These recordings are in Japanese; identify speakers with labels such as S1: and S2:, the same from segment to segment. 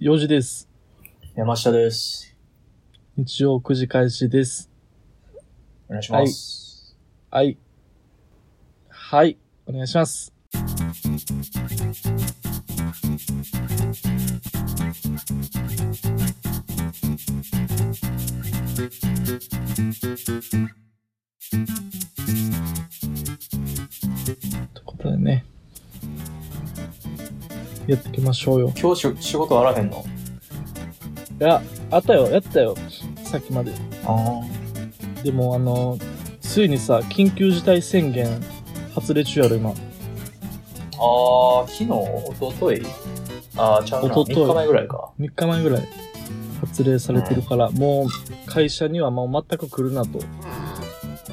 S1: 4時です。
S2: 山下です。
S1: 日曜9時開始です。
S2: お願いします。
S1: はい。はい。お願いします。ということでね。やっていきましょうよ。
S2: 今日し仕事あらへんの
S1: いや、あったよ、やったよ。さっきまで。
S2: あ
S1: でもあのついにさ緊急事態宣言発令中やろ今
S2: あ。ああ、昨日、一昨日ああ、ちゃうな。
S1: 一昨日
S2: 3日前ぐらいか。
S1: 3日前ぐらい発令されてるから、もう会社にはもう全く来るなと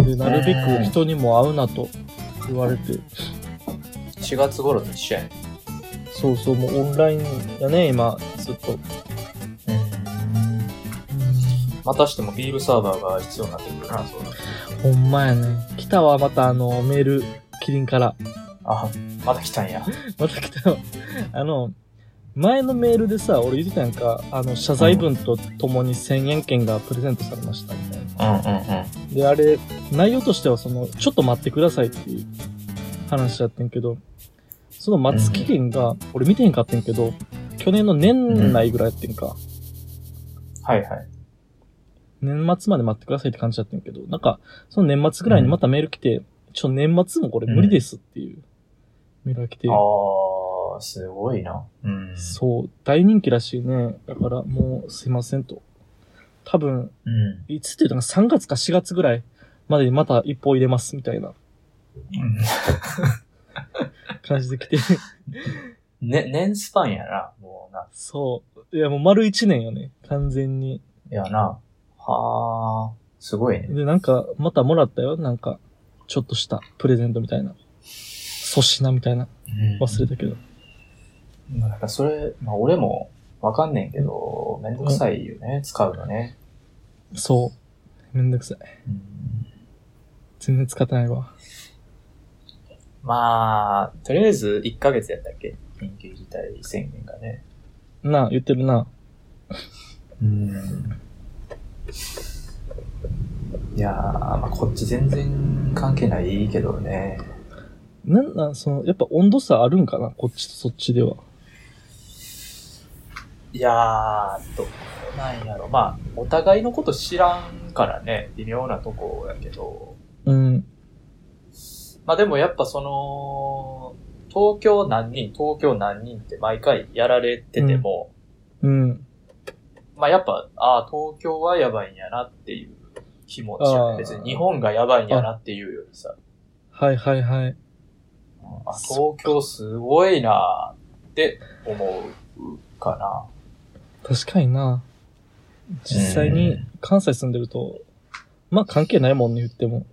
S1: でなるべ
S2: うん
S1: く人にも会うなと言われて
S2: 4月頃と一緒やん。
S1: そうそうもうオンラインやね今ずっと
S2: またしてもビールサーバーが必要になってくるな、そうだ。
S1: ほんまやね来たわまたあのメールキリンから
S2: あまた来たんや。
S1: また来たわ あの前のメールでさ俺言ってたやんかあの謝罪文とともに1000円券がプレゼントされましたみたいな
S2: うんうんうん。
S1: で、あれ、内容としては、その、ちょっと待ってくださいっていう話だってんけど、その待つ期限が、俺見てへんかってんけど、去年の年内ぐらいやってんか、
S2: はいはい。
S1: 年末まで待ってくださいって感じだってんけど、なんか、その年末ぐらいにまたメール来て、ちょ、年末もこれ無理ですっていうメールが来て、
S2: ああ、すごいな。うん。
S1: そう、大人気らしいね。だから、もう、すいませんと。多分、
S2: うん。
S1: いつっていうのが3月か4月ぐらいまでにまた一報入れますみたいな
S2: うん。
S1: 感じで来て、
S2: ね、年スパンやな、もうな。
S1: そう。いや、もう丸一年よね。完全に。
S2: やな。はあ、すごいね。
S1: で、なんか、またもらったよ。なんか、ちょっとしたプレゼントみたいな。粗品みたいな。
S2: うん
S1: 忘れたけど。
S2: まあ、だからそれ、まあ俺もわかんねんけど、めんどくさいよね、使うのね。
S1: そう。めんどくさい。全然使ってないわ。
S2: まあ、とりあえず1ヶ月やったっけ緊急事態宣言がね。
S1: なあ、言ってるな。
S2: うん。いやー、まあこっち全然関係ないけどね。
S1: なんなん、その、やっぱ温度差あるんかなこっちとそっちでは。
S2: いやー、どうなんやろ。まあ、お互いのこと知らんからね、微妙なとこやけど。
S1: うん。
S2: まあでもやっぱその、東京何人、東京何人って毎回やられてても、
S1: うん。
S2: まあやっぱ、ああ、東京はやばいんやなっていう気持ちや
S1: あー
S2: ね。別に日本がやばいんやなっていうよりさ、
S1: はいはいはい。
S2: あ東京すごいなって思うかな。
S1: 確かにな。実際に関西住んでると、まあ関係ないもんね、言っても。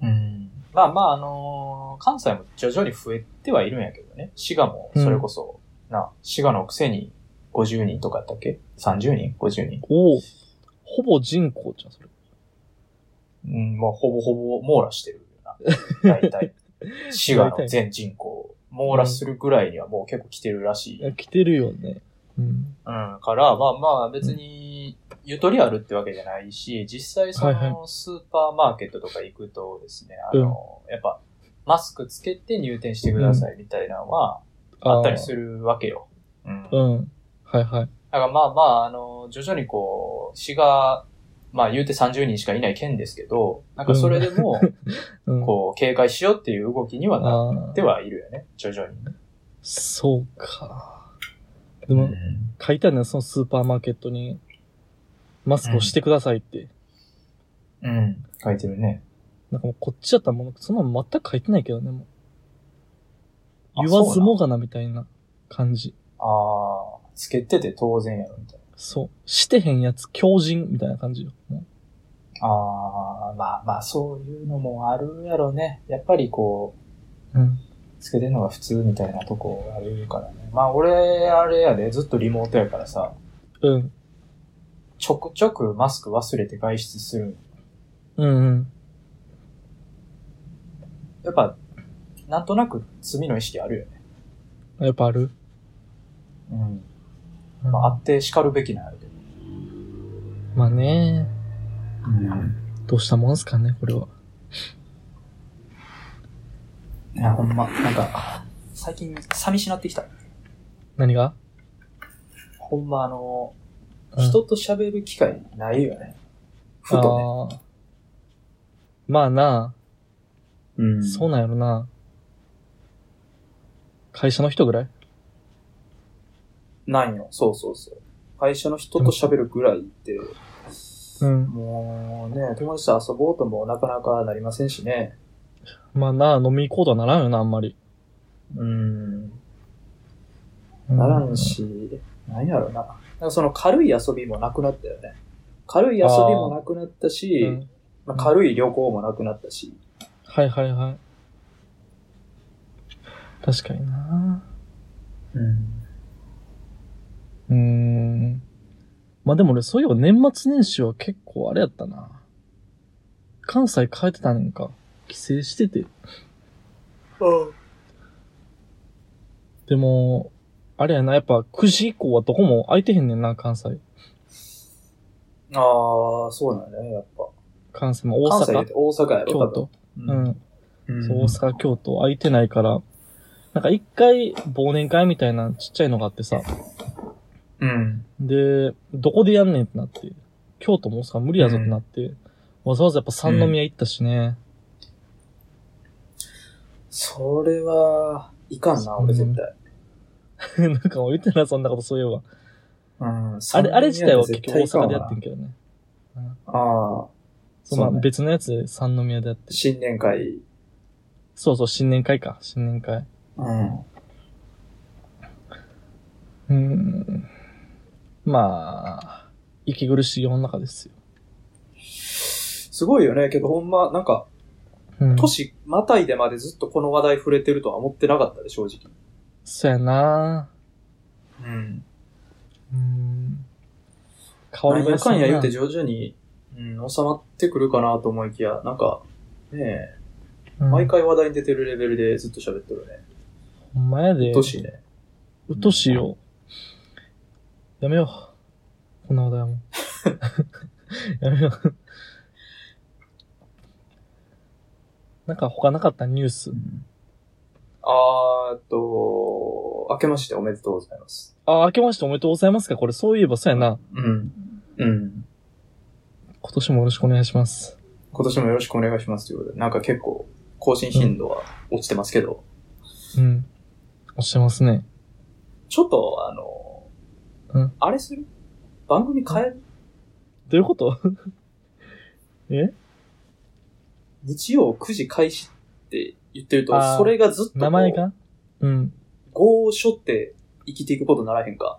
S2: うん。まあまあ、あのー関西も徐々に増えてはいるんやけどね。滋賀も、それこそ、な、滋賀のくせに50人とかやったっけ ?30 人 ?50 人
S1: おお。ほぼ人口じゃん、それ。
S2: うん、もうほぼほぼ網羅してるよな。大体。 滋賀の全人口、網羅するぐらいにはもう結構来てるらしい。
S1: いや来てるよね。うん。
S2: うん、から、まあまあ別に、ゆとりあるってわけじゃないし、実際そ
S1: はいは
S2: のスーパーマーケットとか行くとですね、あの、やっぱ、マスクつけて入店してくださいみたいなのは、あったりするわけよ。うん。
S1: あー。うん。はいはい。
S2: だからまあまあ、あの、徐々にこう、市が、まあ言うて30人しかいない県ですけど、なんかそれでも、
S1: うん。
S2: こう、警戒しようっていう動きにはな
S1: あ
S2: っ
S1: あ
S2: て。はいるよね、徐々に。
S1: そうか。でも、書いてあるのよそのスーパーマーケットに、マスクをしてくださいって。
S2: うん。書いてるね。
S1: なんかもうこっちやったらもう、そんなの全く書いてないけどね、も
S2: あ
S1: う。言わずもがなみたいな感じ。
S2: ああ、つけてて当然やろ、みたいな。
S1: そう。してへんやつ、強人みたいな感じよ。も
S2: ああ、まあまあ、そういうのもあるやろね。やっぱりこ
S1: ううん。
S2: う、つけてるのが普通みたいなとこあるからね。まあ俺、あれやで、ずっとリモートやからさ、
S1: うん。
S2: ちょくちょくマスク忘れて外出する。
S1: うんうん。
S2: やっぱ、なんとなく罪の意識あるよね。
S1: やっぱある
S2: うん。まあ、あって叱るべきなんやけど。
S1: まあね、
S2: うん。
S1: どうしたもんすかね、これは。
S2: いや、ほんま、なんか、最近、寂しなってきた。
S1: 何が
S2: ほんま、あの、
S1: うん
S2: 人と喋る機会ないよね。ふと
S1: あ
S2: ね。
S1: ーまあな、
S2: うん
S1: そうなんやろな。会社の人ぐらい
S2: なんよ。そうそうそう。会社の人と喋るぐらいって、
S1: うん。
S2: もうね、友達と遊ぼうともなかなかなりませんしね。
S1: まあな、飲み行こうとはならんよな、あんまり。
S2: うん。ならんし、なんやろな。なんかその軽い遊びもなくなったよね。軽い遊びもなくなった
S1: う
S2: し、
S1: ん。うん
S2: まあ、軽い旅行もなくなったし。
S1: はいはいはい。確かにな。
S2: うん。
S1: うーん。まあでも俺、そういえば年末年始は結構あれやったな。関西帰ってたねんか。帰省してて。でも、あれやな、やっぱ9時以降はどこも空いてへんねんな、関西。
S2: ああ、そうなんだね、やっぱ。
S1: 関西も大
S2: 関西っ
S1: 阪
S2: て、大阪やろ、
S1: 京都。
S2: 多
S1: う
S2: 分。
S1: ん。
S2: うん。
S1: そう、大阪、京都空いてないから。なんか一回忘年会みたいなちっちゃいのがあってさ。
S2: うん。
S1: で、どこでやんねんってなって。京都も大阪無理やぞってなって。わざわざやっぱ三宮行ったしね。
S2: それは、いかんな、俺絶対。
S1: なんか言ってな、そんなことそういえば。
S2: うん。
S1: あれ、あれ自体は結
S2: 絶
S1: 局大
S2: 対いかん
S1: 阪
S2: わ
S1: でやってんけどね。
S2: ああ、
S1: そう、まあ
S2: そうね
S1: 別のやつで三宮でやって。
S2: 新年会。
S1: そうそう、新年会か。新年会。
S2: うん。
S1: うーん。まあ、息苦しい世の中ですよ。
S2: すごいよね、けどほんま、なんか、
S1: うん。
S2: 年またいでまでずっとこの話題触れてるとは思ってなかったで、正直。
S1: そうやな
S2: うん。
S1: うーん。変
S2: なんや
S1: です
S2: か
S1: よ
S2: ん
S1: な
S2: や言うて徐々に、うん、収まってくるかなと思いきや、なんか、ねえ、
S1: うん
S2: 毎回話題に出てるレベルでずっと喋ってるね。
S1: ほんまやで。
S2: うっとうしいね。
S1: うっとうしいよ。やめよう。 こんな話題はもう。やめよう。なんか他なかったニュース。
S2: あーっと、明けましておめでとうございます。
S1: あ、明けましておめでとうございますかこれ、そういえばそうやな。
S2: うん。うん。
S1: 今年もよろしくお願いします。
S2: 今年もよろしくお願いしますということで、なんか結構、更新頻度は落ちてますけど、
S1: うん。押してますね。
S2: ちょっと、あの、
S1: うん
S2: あれする番組変える
S1: どういうこと え
S2: 日曜9時開始って言ってると
S1: あー、
S2: それがずっとこう、
S1: 名前がうん。
S2: 合書って生きていくことにならへん か。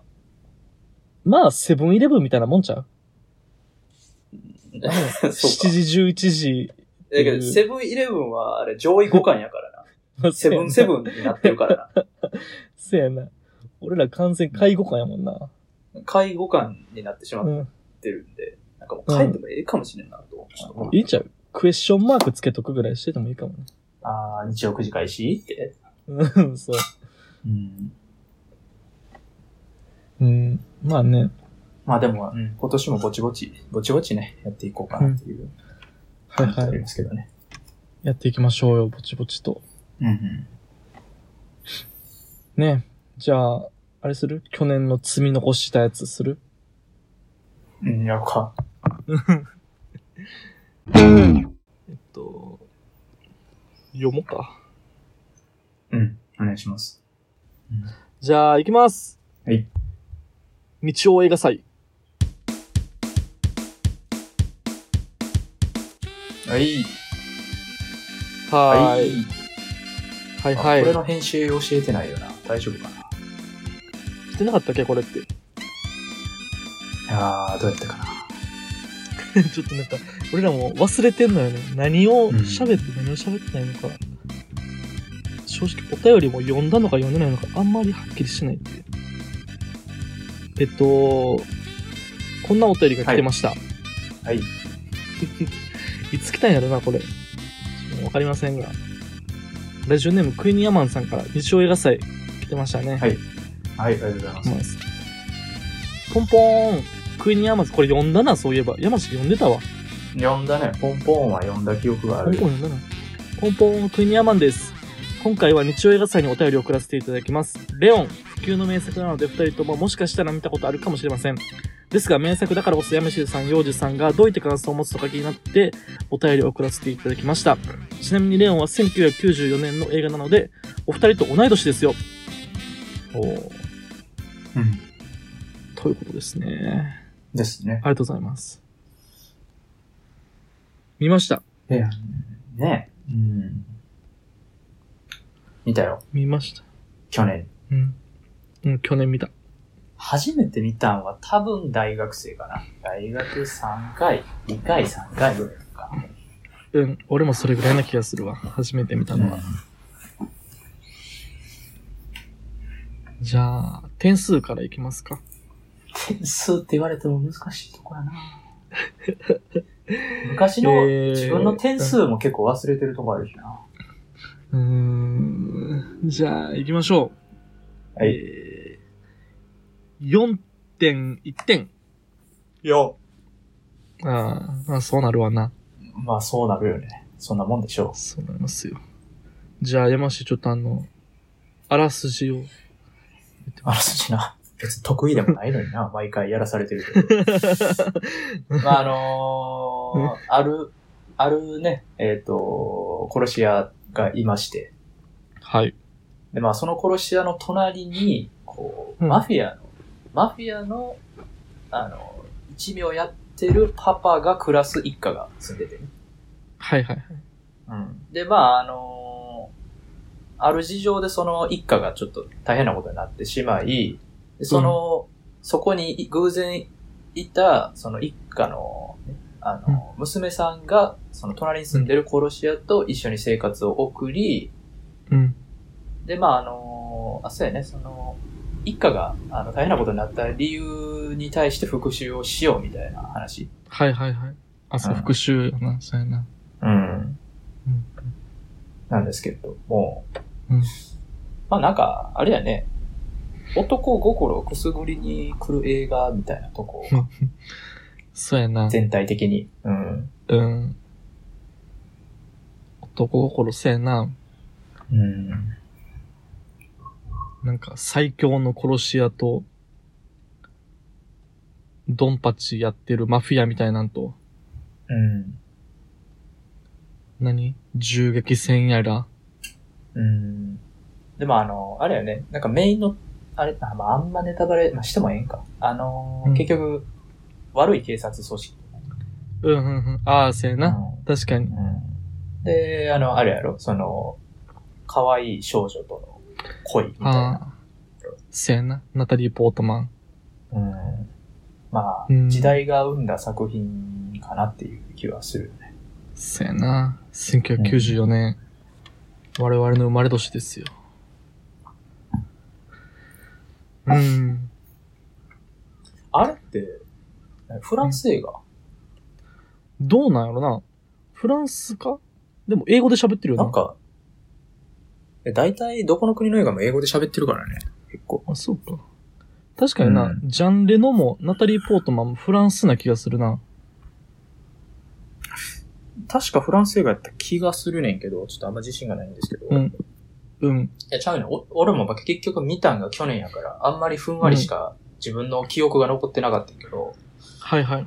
S1: まあ、セブンイレブンみたいなもんちゃう
S2: そう
S1: ?7
S2: か。
S1: 時、11時。
S2: だけど、セブンイレブンは、あれ、上位互換やからな。
S1: まあ
S2: セブンセブンになってるから
S1: せやな。俺ら完全介護官やもんな。
S2: な。下位互換になってしま
S1: う
S2: っ
S1: ん。
S2: てるんで、なんかもう書いてもええかもしれんなと思って。
S1: いいちゃうクエスチョンマークつけとくぐらいしててもいいかもね。
S2: ああ、日曜9時開始って。
S1: うん、そう。
S2: うん。
S1: うん。まあね。
S2: まあでも、うん今年もぼちぼち、ぼちぼちね、やっていこうかなっていう
S1: はい
S2: 感じであ
S1: は
S2: り
S1: い。
S2: ますけどね。
S1: やっていきましょうよ、ぼちぼちと。
S2: うんうん。
S1: ねじゃあ、あれする去年の積み残したやつする
S2: うん、やろうか。
S1: えっと、読もうか。
S2: うん、お願いします。
S1: じゃあ、行きます。
S2: はい。
S1: 日曜映画祭。
S2: はい。
S1: はーい。。はいはい。
S2: これの編集教えてないよな。大丈夫かな。
S1: してなかったっけこれって。
S2: ああ、どうやったかな。
S1: ちょっとなんか、俺らも忘れてんのよね。何を喋って何を喋ってないのか。正直、お便りも読んだのか読んでないのか、あんまりはっきりしてないっていう。えっと、こんなお便りが来てました。
S2: はい。
S1: いつ来たんやろな、これ。ちょっとわかりませんが。ラジオネーム、クイニーアマンさんから日曜映画祭来てましたね。
S2: はい、ありがとうございます。
S1: ます。ポンポーン。クイニーアマズ、これ読んだな、そういえば。山下読んでたわ。
S2: 読んだね。ポンポンは読んだ記憶があ
S1: ポン
S2: る
S1: ポ
S2: よ。
S1: ン読んだな。ポンポン、クイニーアマンです。今回は日曜映画祭にお便りを送らせていただきます。レオン、普及の名作なので二人とももしかしたら見たことあるかもしれません。ですが、名作だからこそ、やめしるさん、ようじさんがどういった感想を持つとか気になって、お便りを送らせていただきました。ちなみにレオンは1994年の映画なので、お二人と同い年ですよ。おー
S2: うん。
S1: ということですね。
S2: ですね。
S1: ありがとうございます。見ました。
S2: いや、ねうん。見たよ。
S1: 見ました。
S2: 去年。
S1: うん。うん、去年見た。
S2: 初めて見たんは多分大学生かな。大学3回、2回、3回ぐらいか。
S1: うん、俺もそれぐらいな気がするわ。初めて見たのは。じゃあ、点数からいきますか。
S2: 点数って言われても難しいとこ やな昔
S1: え
S2: の
S1: ー
S2: 自分の点数も結構忘れてるとこあるしな。
S1: うーん、じゃあ、行きましょう。
S2: はい
S1: えー、4.1点。
S2: いや。
S1: あーまあ、そうなるわな。
S2: まあそうなるよね。そんなもんでしょ
S1: そうなりますよ。じゃあ、山下、ちょっとあの、あらす じを。
S2: う。あらすじな。別に得意でもないのに な。毎回やらされてるけど。まああのー、ある、あるね、えっ、と、殺し屋がいまして。
S1: はい。
S2: で、まあ、その殺し屋の隣に、こう、
S1: うん
S2: マフィアの、マフィアの、あの、一味をやってるパパが暮らす一家が住んでてね。
S1: はいはいはい。
S2: うん。で、まあ、あのーある事情でその一家がちょっと大変なことになってしまい、でその、そこに偶然いた、その一家のね、あの、娘さんが、その隣に住んでる殺し屋と一緒に生活を送り、
S1: うん。
S2: で、まあ、あの、あ、そうやね、その、一家があの大変なことになった理由に対して復讐をしようみたいな話。
S1: はいはいはい。あ、そう、
S2: うん
S1: 復讐やな、そうやな。
S2: うん。
S1: うん。
S2: なんですけれども、
S1: うん
S2: まあ、なんか、あれやね、男心をくすぐりに来る映画みたいな とこ、
S1: そうやな。
S2: 全体的に。うん。
S1: うん。男心せえな。
S2: うん。
S1: なんか最強の殺し屋と、ドンパチやってるマフィアみたいなんと、
S2: うん。
S1: 何銃撃戦やら。
S2: うん。でも、あの、あれやね、なんかメインの、あれ、あまあ、あんまネタバレ、まあ、してもええんか。あのー
S1: うん
S2: 結局、悪い警察組織。
S1: うんうんうん。ああ、せえな。
S2: うん
S1: 確かに。
S2: で、あの、あれやろ、その、可愛い少女との恋みたいな。
S1: ああ。せえな。ナタリー・ポートマン。
S2: うん、まあ、
S1: うん
S2: 時代が生んだ作品かなっていう気はするよね。
S1: せえな。1994年。我々の生まれ年ですよ。うん。
S2: あれって、フランス映画、
S1: どうなんやろな。フランスかでも英語で喋ってるよな。
S2: なんか、え大体どこの国の映画も英語で喋ってるからね。結構。
S1: あ、そうか。確かにな、
S2: うん
S1: ジャンレノもナタリー・ポートマンもフランスな気がするな。
S2: 確かフランス映画やった気がするねんけど、ちょっとあんま自信がないんですけど。
S1: うん
S2: い
S1: うん。
S2: や、ちゃうねん。お俺も結局見たんが去年やから、あんまりふんわりしか自分の記憶が残ってなかったけど、
S1: はいはい。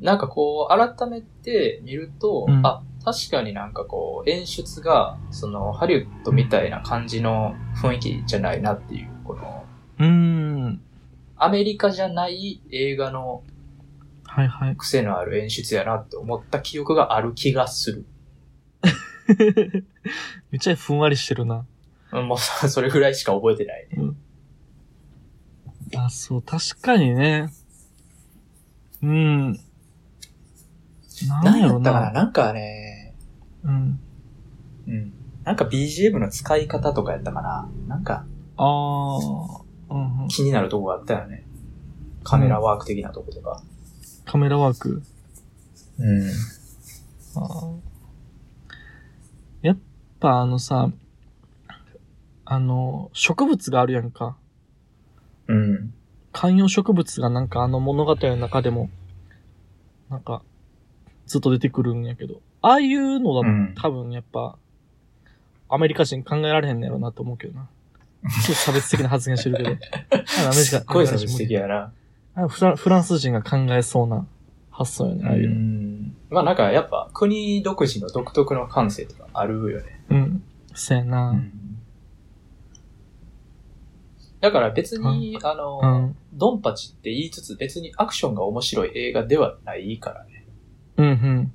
S2: なんかこう、改めて見ると、
S1: うん
S2: あ、確かになんかこう、演出が、その、ハリウッドみたいな感じの雰囲気じゃないなっていう、この、
S1: うーん。
S2: アメリカじゃない映画の
S1: はいはい。
S2: 癖のある演出やなって思った記憶がある気がする。
S1: めっちゃふんわりしてるな。
S2: うんもう、そそれぐらいしか覚えてない。
S1: あ、そう、確かにね。うん。なん
S2: 何
S1: や
S2: や
S1: ろ
S2: ったかな
S1: な。
S2: なんかね、
S1: うん。
S2: うん。なんか BGM の使い方とかやったかななんか
S1: あー。うんうん、
S2: 気になるとこがあったよね。カメラワーク的なとことか。
S1: カメラワーク。
S2: うん。
S1: あーやっぱあのさ、あの、植物があるやんか。
S2: うん。
S1: 観葉植物がなんかあの物語の中でも、なんか、ずっと出てくるんやけど、ああいうのだ、
S2: うん
S1: 多分やっぱ、アメリカ人考えられへんのやろうなと思うけどな。ちょっと差別的な発言してるけど。あのアメリ
S2: す
S1: カ
S2: っごい
S1: アメ
S2: 差
S1: リカ人
S2: 別
S1: 無理
S2: 的やな。
S1: あフランフランス人が考えそうな発想よね、ああいううの。
S2: んまあなんかやっぱ国独自の独特の感性とかあるよね。
S1: うん。そやな。
S2: だから別に、あ
S1: う
S2: の、
S1: ん。
S2: ドンパチって言いつつ別にアクションが面白い映画ではないからね。
S1: うんうん。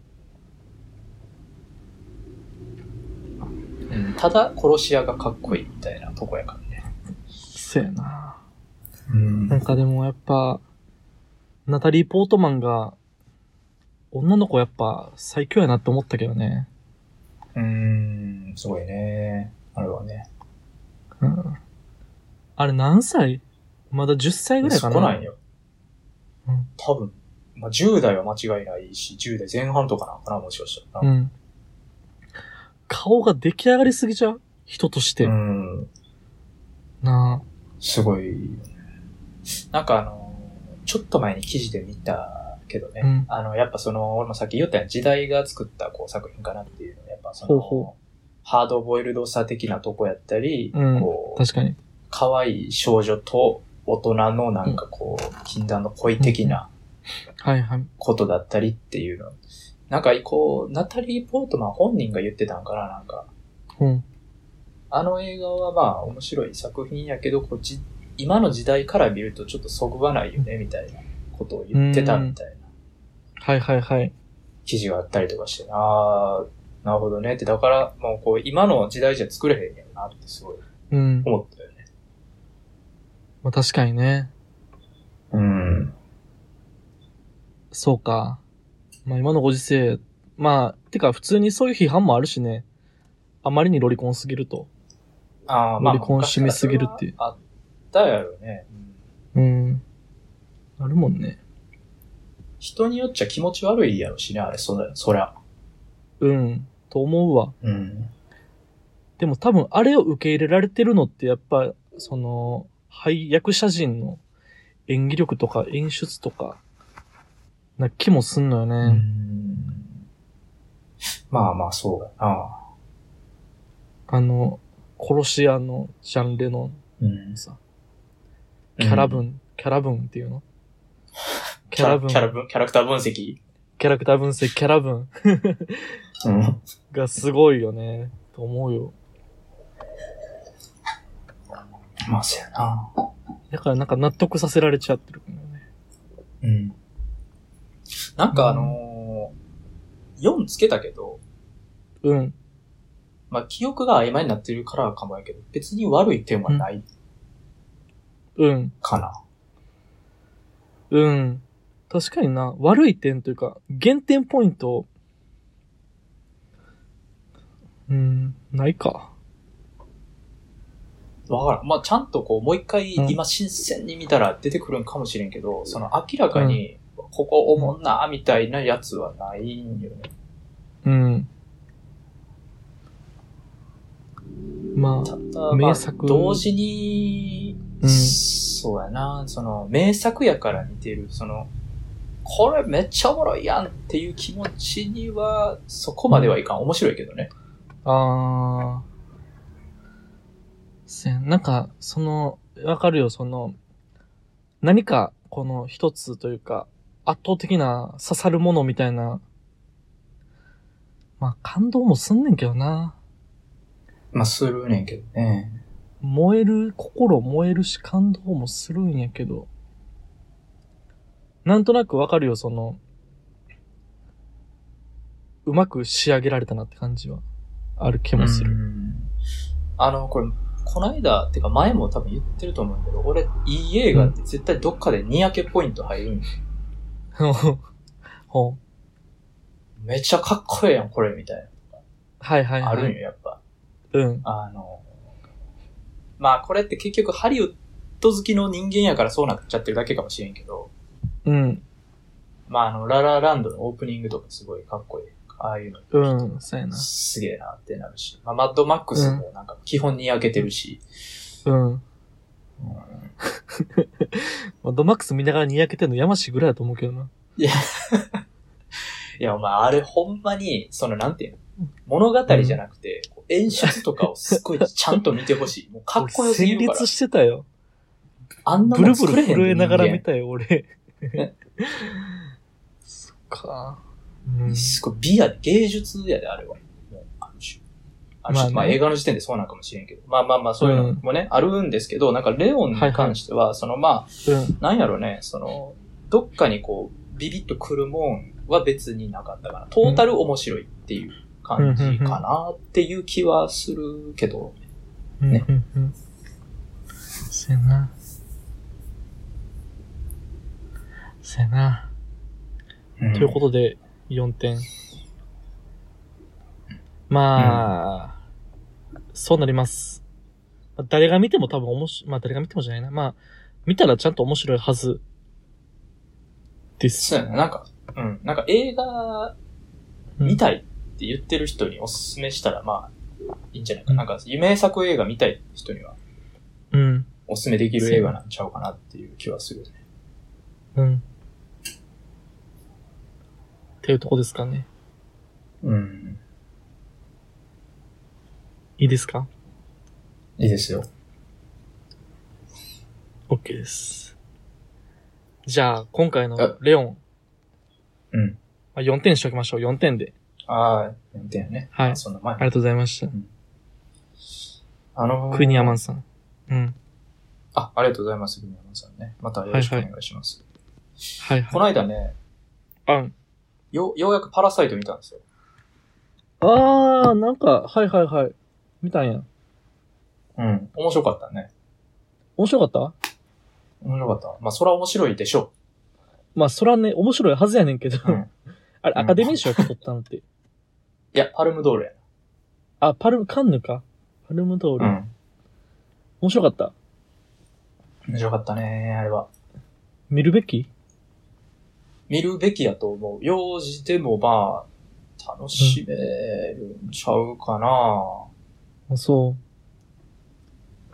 S2: ただ殺し屋がかっこいいみたいなとこやからね。
S1: そやな。なんかでもやっぱ、ナタリー・ポートマンが、女の子やっぱ最強やなって思ったけどね。
S2: うん、すごいね。あれはね。
S1: うん。あれ何歳まだ10歳ぐらいか
S2: 少
S1: な。
S2: ないよ
S1: うん。
S2: 多分、まあ、10代は間違いないし、10代前半とかなんかな、もしかした
S1: う
S2: ら。
S1: ん。顔が出来上がりすぎちゃう人として。
S2: うん。
S1: なあ。
S2: すごいよね。なんかあの、ちょっと前に記事で見たけどね、
S1: うん
S2: あの、やっぱその、俺もさっき言ったように時代が作ったこう作品かなっていうのやっぱその、
S1: ほうほ
S2: ハードボイルドさ的なとこやったり、
S1: うん
S2: こう、
S1: 確かに。
S2: 可愛い少女と大人のなんかこう、禁断の恋的な
S1: はいはい。
S2: ことだったりっていうの。なんかこう、ナタリー・ポートマン本人が言ってたんかな、なんか。
S1: うん。
S2: あの映画はまあ面白い作品やけど、こっち、今の時代から見るとちょっとそぐわないよね、みたいなことを言ってたみたいな
S1: はいはいはい。
S2: 記事があったりとかして、あー、なるほどねって、だからもうこう今の時代じゃ作れへんやろなってすごい
S1: うん。
S2: 思ったよね。
S1: まあ確かにね。
S2: うん。
S1: そうか。まあ今のご時世、まあ、てか普通にそういう批判もあるしね。あまりにロリコンすぎると。
S2: あー、まあ。
S1: ロリコン締めすぎるっていう
S2: 昔からそれはあったやろね。うん
S1: うん。あるもんね。
S2: 人によっちゃ気持ち悪いやろしね、あれ、そら。そりゃ
S1: うん。と思うわ。
S2: うん。
S1: でも多分あれを受け入れられてるのってやっぱ、その、配役者陣の演技力とか演出とか、な気もすんのよ
S2: う
S1: ね。
S2: ん。まあまあ、そうやな。
S1: あの、殺し屋のジャンレノ
S2: うん
S1: ン。さ、キャラ分、キャラ分っていうのキャラ分
S2: キャラ分、キャラクター分析。
S1: キャラクター分析、キャラ分
S2: うん。
S1: がすごいよね。と思うよ。
S2: まあ、そうやな。
S1: だからなんか納得させられちゃってるんだよね。
S2: うん。なんかあのー4つけたけど、
S1: うん。
S2: まあ、記憶が曖昧になってるからかもやけど、別に悪い点はない
S1: うん。
S2: かな。
S1: うん。確かにな、悪い点というか、減点ポイント、うん、ないか。
S2: わからん。まあ、ちゃんとこう、もう一回、
S1: うん
S2: 今新鮮に見たら出てくるんかもしれんけど、その明らかに、ここおもんな、みたいなやつはないんよね。
S1: うん。ま
S2: た
S1: あ、
S2: だ、まあ
S1: 名、作
S2: 同時に、
S1: うん
S2: そうやな、その、名作やから似てる、その、これめっちゃおもろいやんっていう気持ちには、そこまではいかん。面白いけどね。
S1: あー。せん、なんか、その、わかるよ、その、何か、この一つというか、圧倒的な刺さるものみたいな、まあ、感動もすんねんけどな。
S2: まあ、するねんけどね。
S1: 燃える、心燃えるし感動もするんやけど、なんとなくわかるよ、その、うまく仕上げられたなって感じは、ある気もする。
S2: うんあの、これ、こないだ、てか前も多分言ってると思うんだけど、俺、いい映画って絶対どっかでにやけポイント入るんよ
S1: ほう
S2: めっちゃかっこええやん、これ、みたい
S1: はいはい
S2: な。
S1: は
S2: あ
S1: い。
S2: るんよ、やっぱ。
S1: うん。
S2: あの、まあこれって結局ハリウッド好きの人間やからそうなっちゃってるだけかもしれんけど、
S1: うん。
S2: まああの、ララランドのオープニングとかすごいかっこいい。ああいうの、
S1: うん。そうやな。
S2: すげえなってなるし、まあマッドマックスもなんか基本に焼けてるし、
S1: うん。 まあ、ドマックス見ながらにやけてんの山氏ぐらいだと思うけどな。
S2: いや、お前、あれほんまに、その、なんていうの物語じゃなくて、こう演出とかをすごいちゃんと見てほしい。もうかっこよすぎ
S1: 戦
S2: る から
S1: 慄。してたよ。
S2: あんな
S1: ブ
S2: も
S1: ル
S2: ん
S1: ブ
S2: 作
S1: ル
S2: れへんで
S1: 震えながら見
S2: 人
S1: たよ、俺
S2: ね。
S1: そっか。
S2: 間すごい美や、芸術やで、あれは。もうある種。ある種、ま
S1: ま
S2: あ、
S1: あね
S2: 映画の時点でそうなんかもしれんけど。まあまあまあ、そういうのもね、あるんですけど、なんかレオンに関しては、そのまあ、
S1: うん。
S2: なんやろね、その、どっかにこう、ビビッとくるもんは別になかったかな。トータル面白いっていう感じかなっていう気はするけど、
S1: うん。
S2: ね
S1: うん。うん。せやな。せやな。ということで、4点。まあ、そうなります。まあ誰が見ても多分面白い、まあ誰が見てもじゃないな。まあ、見たらちゃんと面白いはず。です。
S2: そうやね。なんか、うん。なんか映画見たいって言ってる人におすすめしたら、まあ、いいんじゃないか。
S1: うん
S2: なんか、名作映画見たい人には、
S1: うん。
S2: おすすめできる映画なんちゃうかなっていう気はするね。
S1: うん。っていうとこですかね。
S2: うん。
S1: いいですか
S2: いいですよ。
S1: ?OK です。じゃあ、今回のレオン、
S2: うん。
S1: まあ、4点にしておきましょう。4点で。
S2: ああ、なんてやね。
S1: はい
S2: まあそんな前
S1: あり。がとうございました。
S2: あのー
S1: クイニアマンさん。うん。
S2: あ、ありがとうございます、グミヤマンさんね。またよろしくお願いします。
S1: はいはい。
S2: この間ね、
S1: あん。
S2: よ、ようやくパラサイト見たんですよ。
S1: あー、なんか、はいはいはい。見たんや。
S2: うん。面白かったね。
S1: 面白かった
S2: 面白かった。まあ、そら面白いでしょ
S1: まあ、そらね、面白いはずやねんけど、
S2: う。うん。
S1: あれ、
S2: うん
S1: アカデミー賞取ったのって。
S2: いや、パルムドールや
S1: あ、パルム、カンヌか。パルムドール。
S2: な。うん。
S1: 面白かった。
S2: 面白かったね、あれは。
S1: 見るべき
S2: 見るべきやと思う。用事でもまあ、楽しめるんちゃうかな。
S1: あそ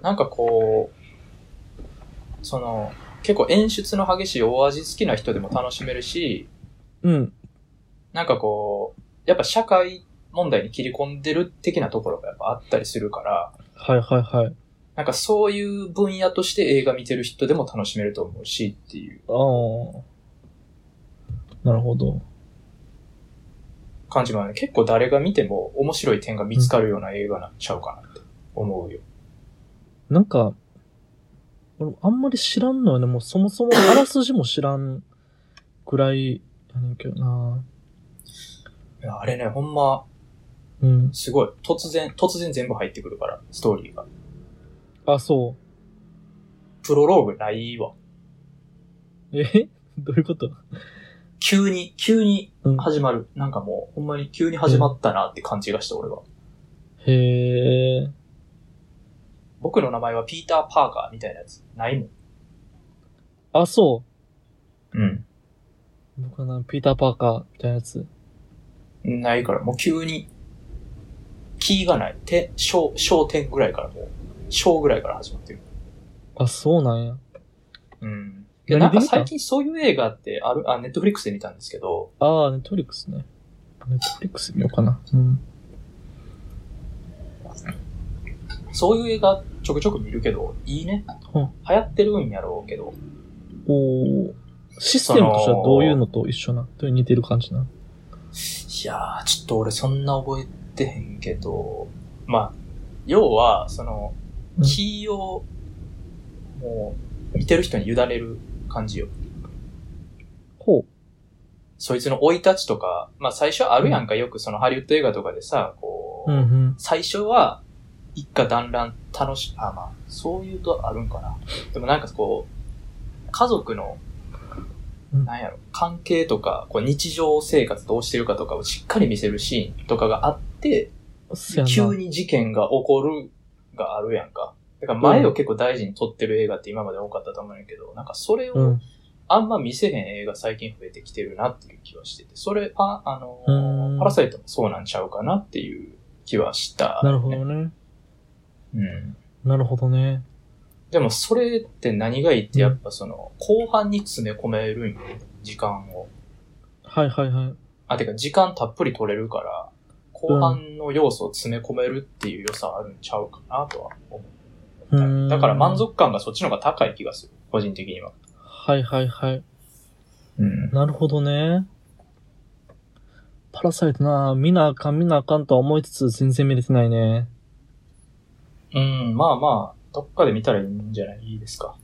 S2: なんかこう、その、結構演出の激しい大味好きな人でも楽しめるし、
S1: う。うん。
S2: なんかこう、やっぱ社会問題に切り込んでる的なところがやっぱあったりするから、
S1: はいはいはい。
S2: なんかそういう分野として映画見てる人でも楽しめると思うしっていう
S1: あー。なるほど。
S2: 感じもあるね。結構誰が見ても面白い点が見つかるような映画なんちゃうかなって思うよ。
S1: なんか、俺あんまり知らんのよね。もうそも そもあらすじも知らんぐらいやねんけどな。
S2: いやあれね、ほんま、
S1: うん。
S2: すごい。突然、突然全部入ってくるから、ストーリーが。
S1: あ、そ
S2: プロローグないわ。
S1: う。え どういうこと
S2: 急に、急に
S1: うん。
S2: 始まる。なんかもう、ほんまに急に始まったなって感じがした、俺は。
S1: へえ。
S2: 僕の名前はピーター・パーカーみたいなやつ。ないもん。
S1: あ、そ
S2: うん。
S1: う。僕はな、ピーター・パーカーみたいなやつ。
S2: ないから、もう急に、キーがない。て、小、小点ぐらいからもう、小ぐらいから始まってる。
S1: あ、そうなんや。
S2: うん。
S1: 何
S2: なん
S1: で
S2: か
S1: 見た
S2: 最近そういう映画ってある、あ、ネットフリックスで見たんですけど、
S1: ああ、ネットフリックスね。ネットフリックス見ようかな。うん。
S2: そういう映画ちょくちょく見るけど、いいね。
S1: うん
S2: 流行ってるんやろうけど、
S1: おーシステムとしてはどういうのと一緒などういう似てる感じない
S2: やー、ちょっと俺そんな覚えてへんけど、まあ、要は、その
S1: う、ん
S2: キーを、もう、見てる人に委ねる感じよ。
S1: ほう。
S2: そいつの生い立ちとか、まあ最初あるやんか、よくそのハリウッド映画とかでさ、こう、
S1: うんうん。
S2: 最初は一家団らん楽し、あ、まあ、そういうとあるんかな。でもなんかこう、家族の、
S1: うん
S2: なんやろ、関係とか、こう日常生活どうしてるかとかをしっかり見せるシーンとかがあって、
S1: そや
S2: 急
S1: な。
S2: に事件が起こるがあるやんか。だから前を結構大事に撮ってる映画って今まで多かったと思うんやけど、なんかそれを、
S1: うん。
S2: あんま見せへん映画最近増えてきてるなっていう気はしてて、それ、パ、あの
S1: う
S2: ー
S1: ん
S2: パラサイトもそうなんちゃうかなっていう気はした、
S1: なるほ
S2: ね。
S1: どね。
S2: うん。
S1: なるほどね。
S2: でもそれって何がいいってやっぱその、後半に詰め込めるんよ。時間を。
S1: はいはいはい。
S2: あ、てか時間たっぷり取れるから、後半の要素を詰め込めるっていう良さあるんちゃうかなとは思
S1: う
S2: う。
S1: ーん
S2: だから満。足感がそっちの方が高い気がする。個人的には。
S1: はいはいはい。
S2: うん。
S1: なるほどね。パラサイトな、見なあかん見なあかんとは思いつつ全然見れてないね。
S2: うん、まあまあ、どっかで見たらいいんじゃないですか。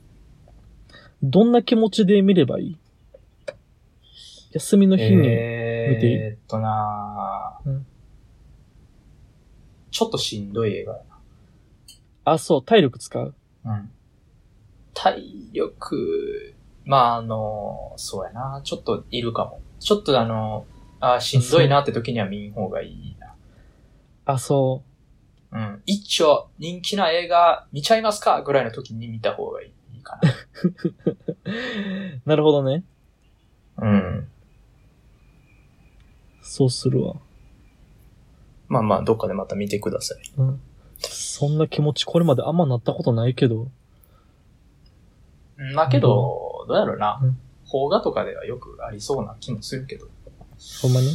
S1: どんな気持ちで見ればいい休みの日に。見ていい
S2: えーっとなぁ、
S1: うん
S2: ちょっとしんどい映画や
S1: あ、そう、体力使う。
S2: な。うん。体力、まああの、そうやなちょっといるかも。ちょっとあの、あしんどいなって時には見ん方がいいな。
S1: あ、そ
S2: うん。一丁人気な映画見ちゃいますかぐらいの時に見た方がいいか
S1: う。なるほどね。
S2: な。うん。
S1: そうするわ。
S2: まあまあ、どっかでまた見てください。
S1: うん。そんな気持ちこれまであんまなったことないけど。
S2: うんまあけど、どうやろうな
S1: うん。
S2: 邦画とかではよくありそうな気もするけど。
S1: ほんまに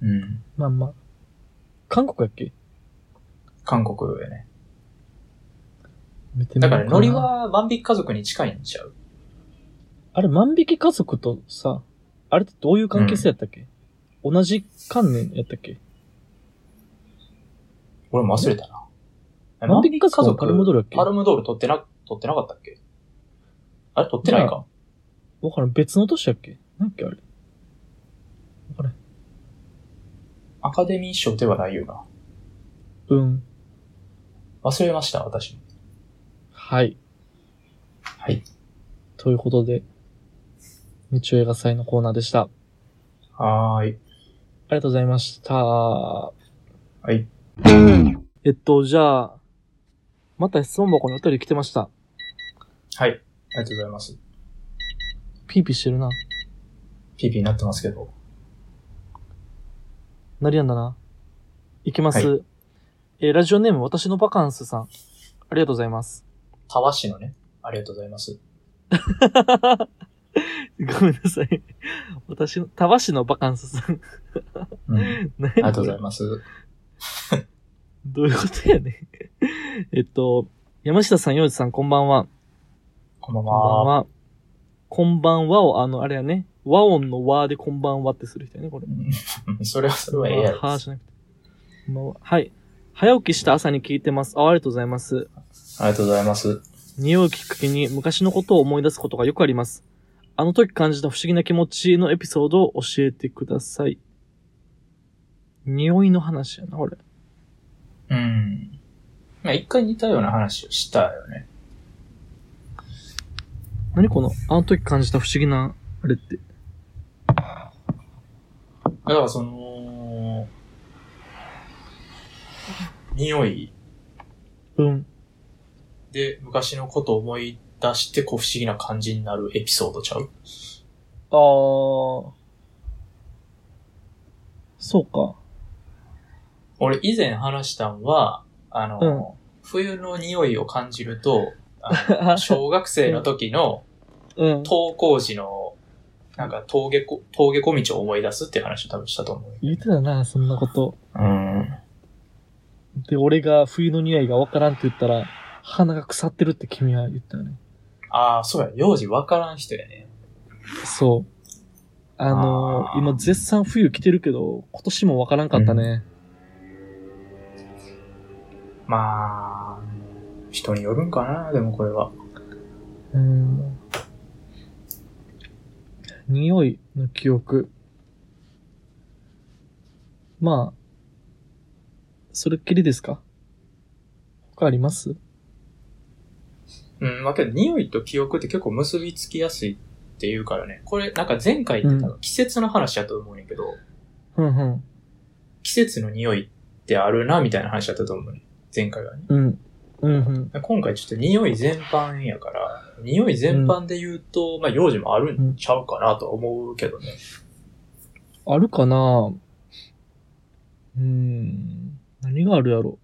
S2: うん。
S1: まあまあ。韓国やっけ
S2: 韓国でね。
S1: 見てみ
S2: だ
S1: よう
S2: から、
S1: な
S2: ノリ。は万引き家族に近いんちゃう
S1: あれ、万引き家族とさ、あれってどういう関係性やったっけ、同じ観念やったっけ
S2: 俺も忘れたな。
S1: 万引き家族はパルムドールやっけ
S2: パルムドール撮ってな、撮ってなかったっけあれ撮ってないか。
S1: わからん。別の年やっけ何やっけあれ。
S2: アカデミー賞ではないよな。
S1: うん。
S2: 忘れました、私。
S1: はい。
S2: はい。
S1: ということで、日曜映画祭のコーナーでした。あ
S2: はーい。
S1: りがとうございました。
S2: はい。
S1: えっと、じゃあ、また質問箱にお便り来てました。
S2: はい。ありがとうございます。
S1: ピーピーしてるな。
S2: PP になってますけど。
S1: なりやんだな。いきます。
S2: は
S1: えーラジオネーム、私のバカンスさん。ありがとうございます。
S2: たわしのね。ありがとうございます。
S1: ごめんなさい。私の、たわしのバカンスさん。
S2: うん。あ
S1: あ
S2: りがとうございます。
S1: どういうことやねんえっと、山下さん、洋二さん、こんばんは。
S2: こんばん
S1: こんばん
S2: は。
S1: は。こんばんはを、あの、あれやね。和音の和でこんばんはってする人やね、これ。
S2: うんそれはそれはええやろ。
S1: は
S2: あ
S1: ーじゃなくて。こんばんははい。早起きした朝に聞いてます。あありがとうございます。
S2: りがとうございます。
S1: 匂いをきっかけに昔のことを思い出すことがよくあります。あの時感じた不思議な気持ちのエピソードを教えてください。匂いの話やな、これ。
S2: うん。まあ、一回似たような話をしたよね。
S1: 何この、あの時感じた不思議な、あれって。
S2: だからその、匂い
S1: うん。
S2: で昔のことを思い出して、こう不思議な感じになるエピソードちゃう
S1: あー。そうか。
S2: 俺以前話したんは、あの、
S1: うん
S2: 冬の匂いを感じると、あ の小学生の時の
S1: うん。
S2: 登校時の、なんか峠こ、峠小道を思い出すっていう話を多分したと思う。
S1: 言ってたな、そんなこと。
S2: うん。
S1: で、俺が冬の匂いがわからんって言ったら、鼻が腐ってるって君は言ったよね。
S2: ああ、そうや、幼児わからん人やね。
S1: そう。あのー
S2: あー
S1: 今絶賛冬来てるけど、今年もわからんかったね。
S2: まあ、人によるんかな、でもこれは。
S1: うん。匂いの記憶。まあ、それっきりですか他あります
S2: うん、まあけど匂いと記憶って結構結びつきやすいっていうからね。これなんか前回って多分季節の話だと思うねんやけど、
S1: ふんふん。
S2: 季節の匂いってあるなみたいな話だったと思うね。前回はね。
S1: うん。うんふん。
S2: 今回ちょっと匂い全般やから、匂い全般で言うと、まあ用事もあるんちゃうかなとは思うけどね。
S1: あるかなうん。何があるやろ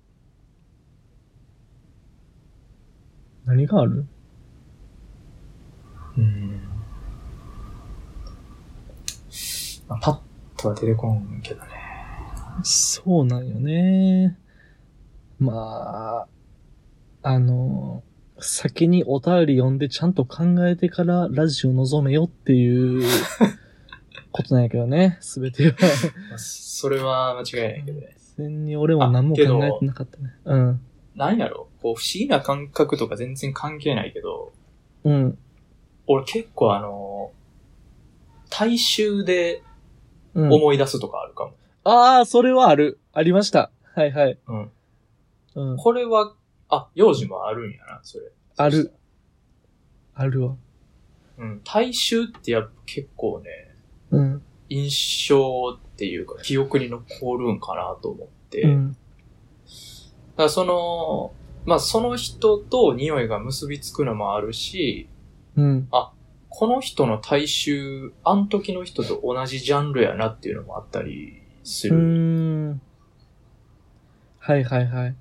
S1: 何がある
S2: うん。まあ、パッとは出てこんけどね。
S1: そうなんよね。まあ、あの、先にお便り読んでちゃんと考えてからラジオ望めよっていうことなんやけど ね、すべては。
S2: まあそれは間違いないけどね。
S1: 全に俺も何も考えてなかったね。うん。
S2: なんやろこう、不思議な感覚とか全然関係ないけど、
S1: うん。
S2: 俺結構あの大衆で
S1: うん、
S2: 思い出すとかあるかも。
S1: ああ、それはある。ありました。はいはい。
S2: うん。
S1: うん。
S2: これは、あ、幼児もあるんやな、それ。
S1: ある。あるわ。
S2: うん。大衆ってやっぱ結構ね、
S1: うん。
S2: 印象っていうか、記憶に残るんかなと思って。
S1: う
S2: だ
S1: ん。
S2: からその、まあ、その人と匂いが結びつくのもあるし、
S1: うん。
S2: この人の大衆、あの時の人と同じジャンルやなっていうのもあったりす
S1: う
S2: る。
S1: ーん。はいはいはい。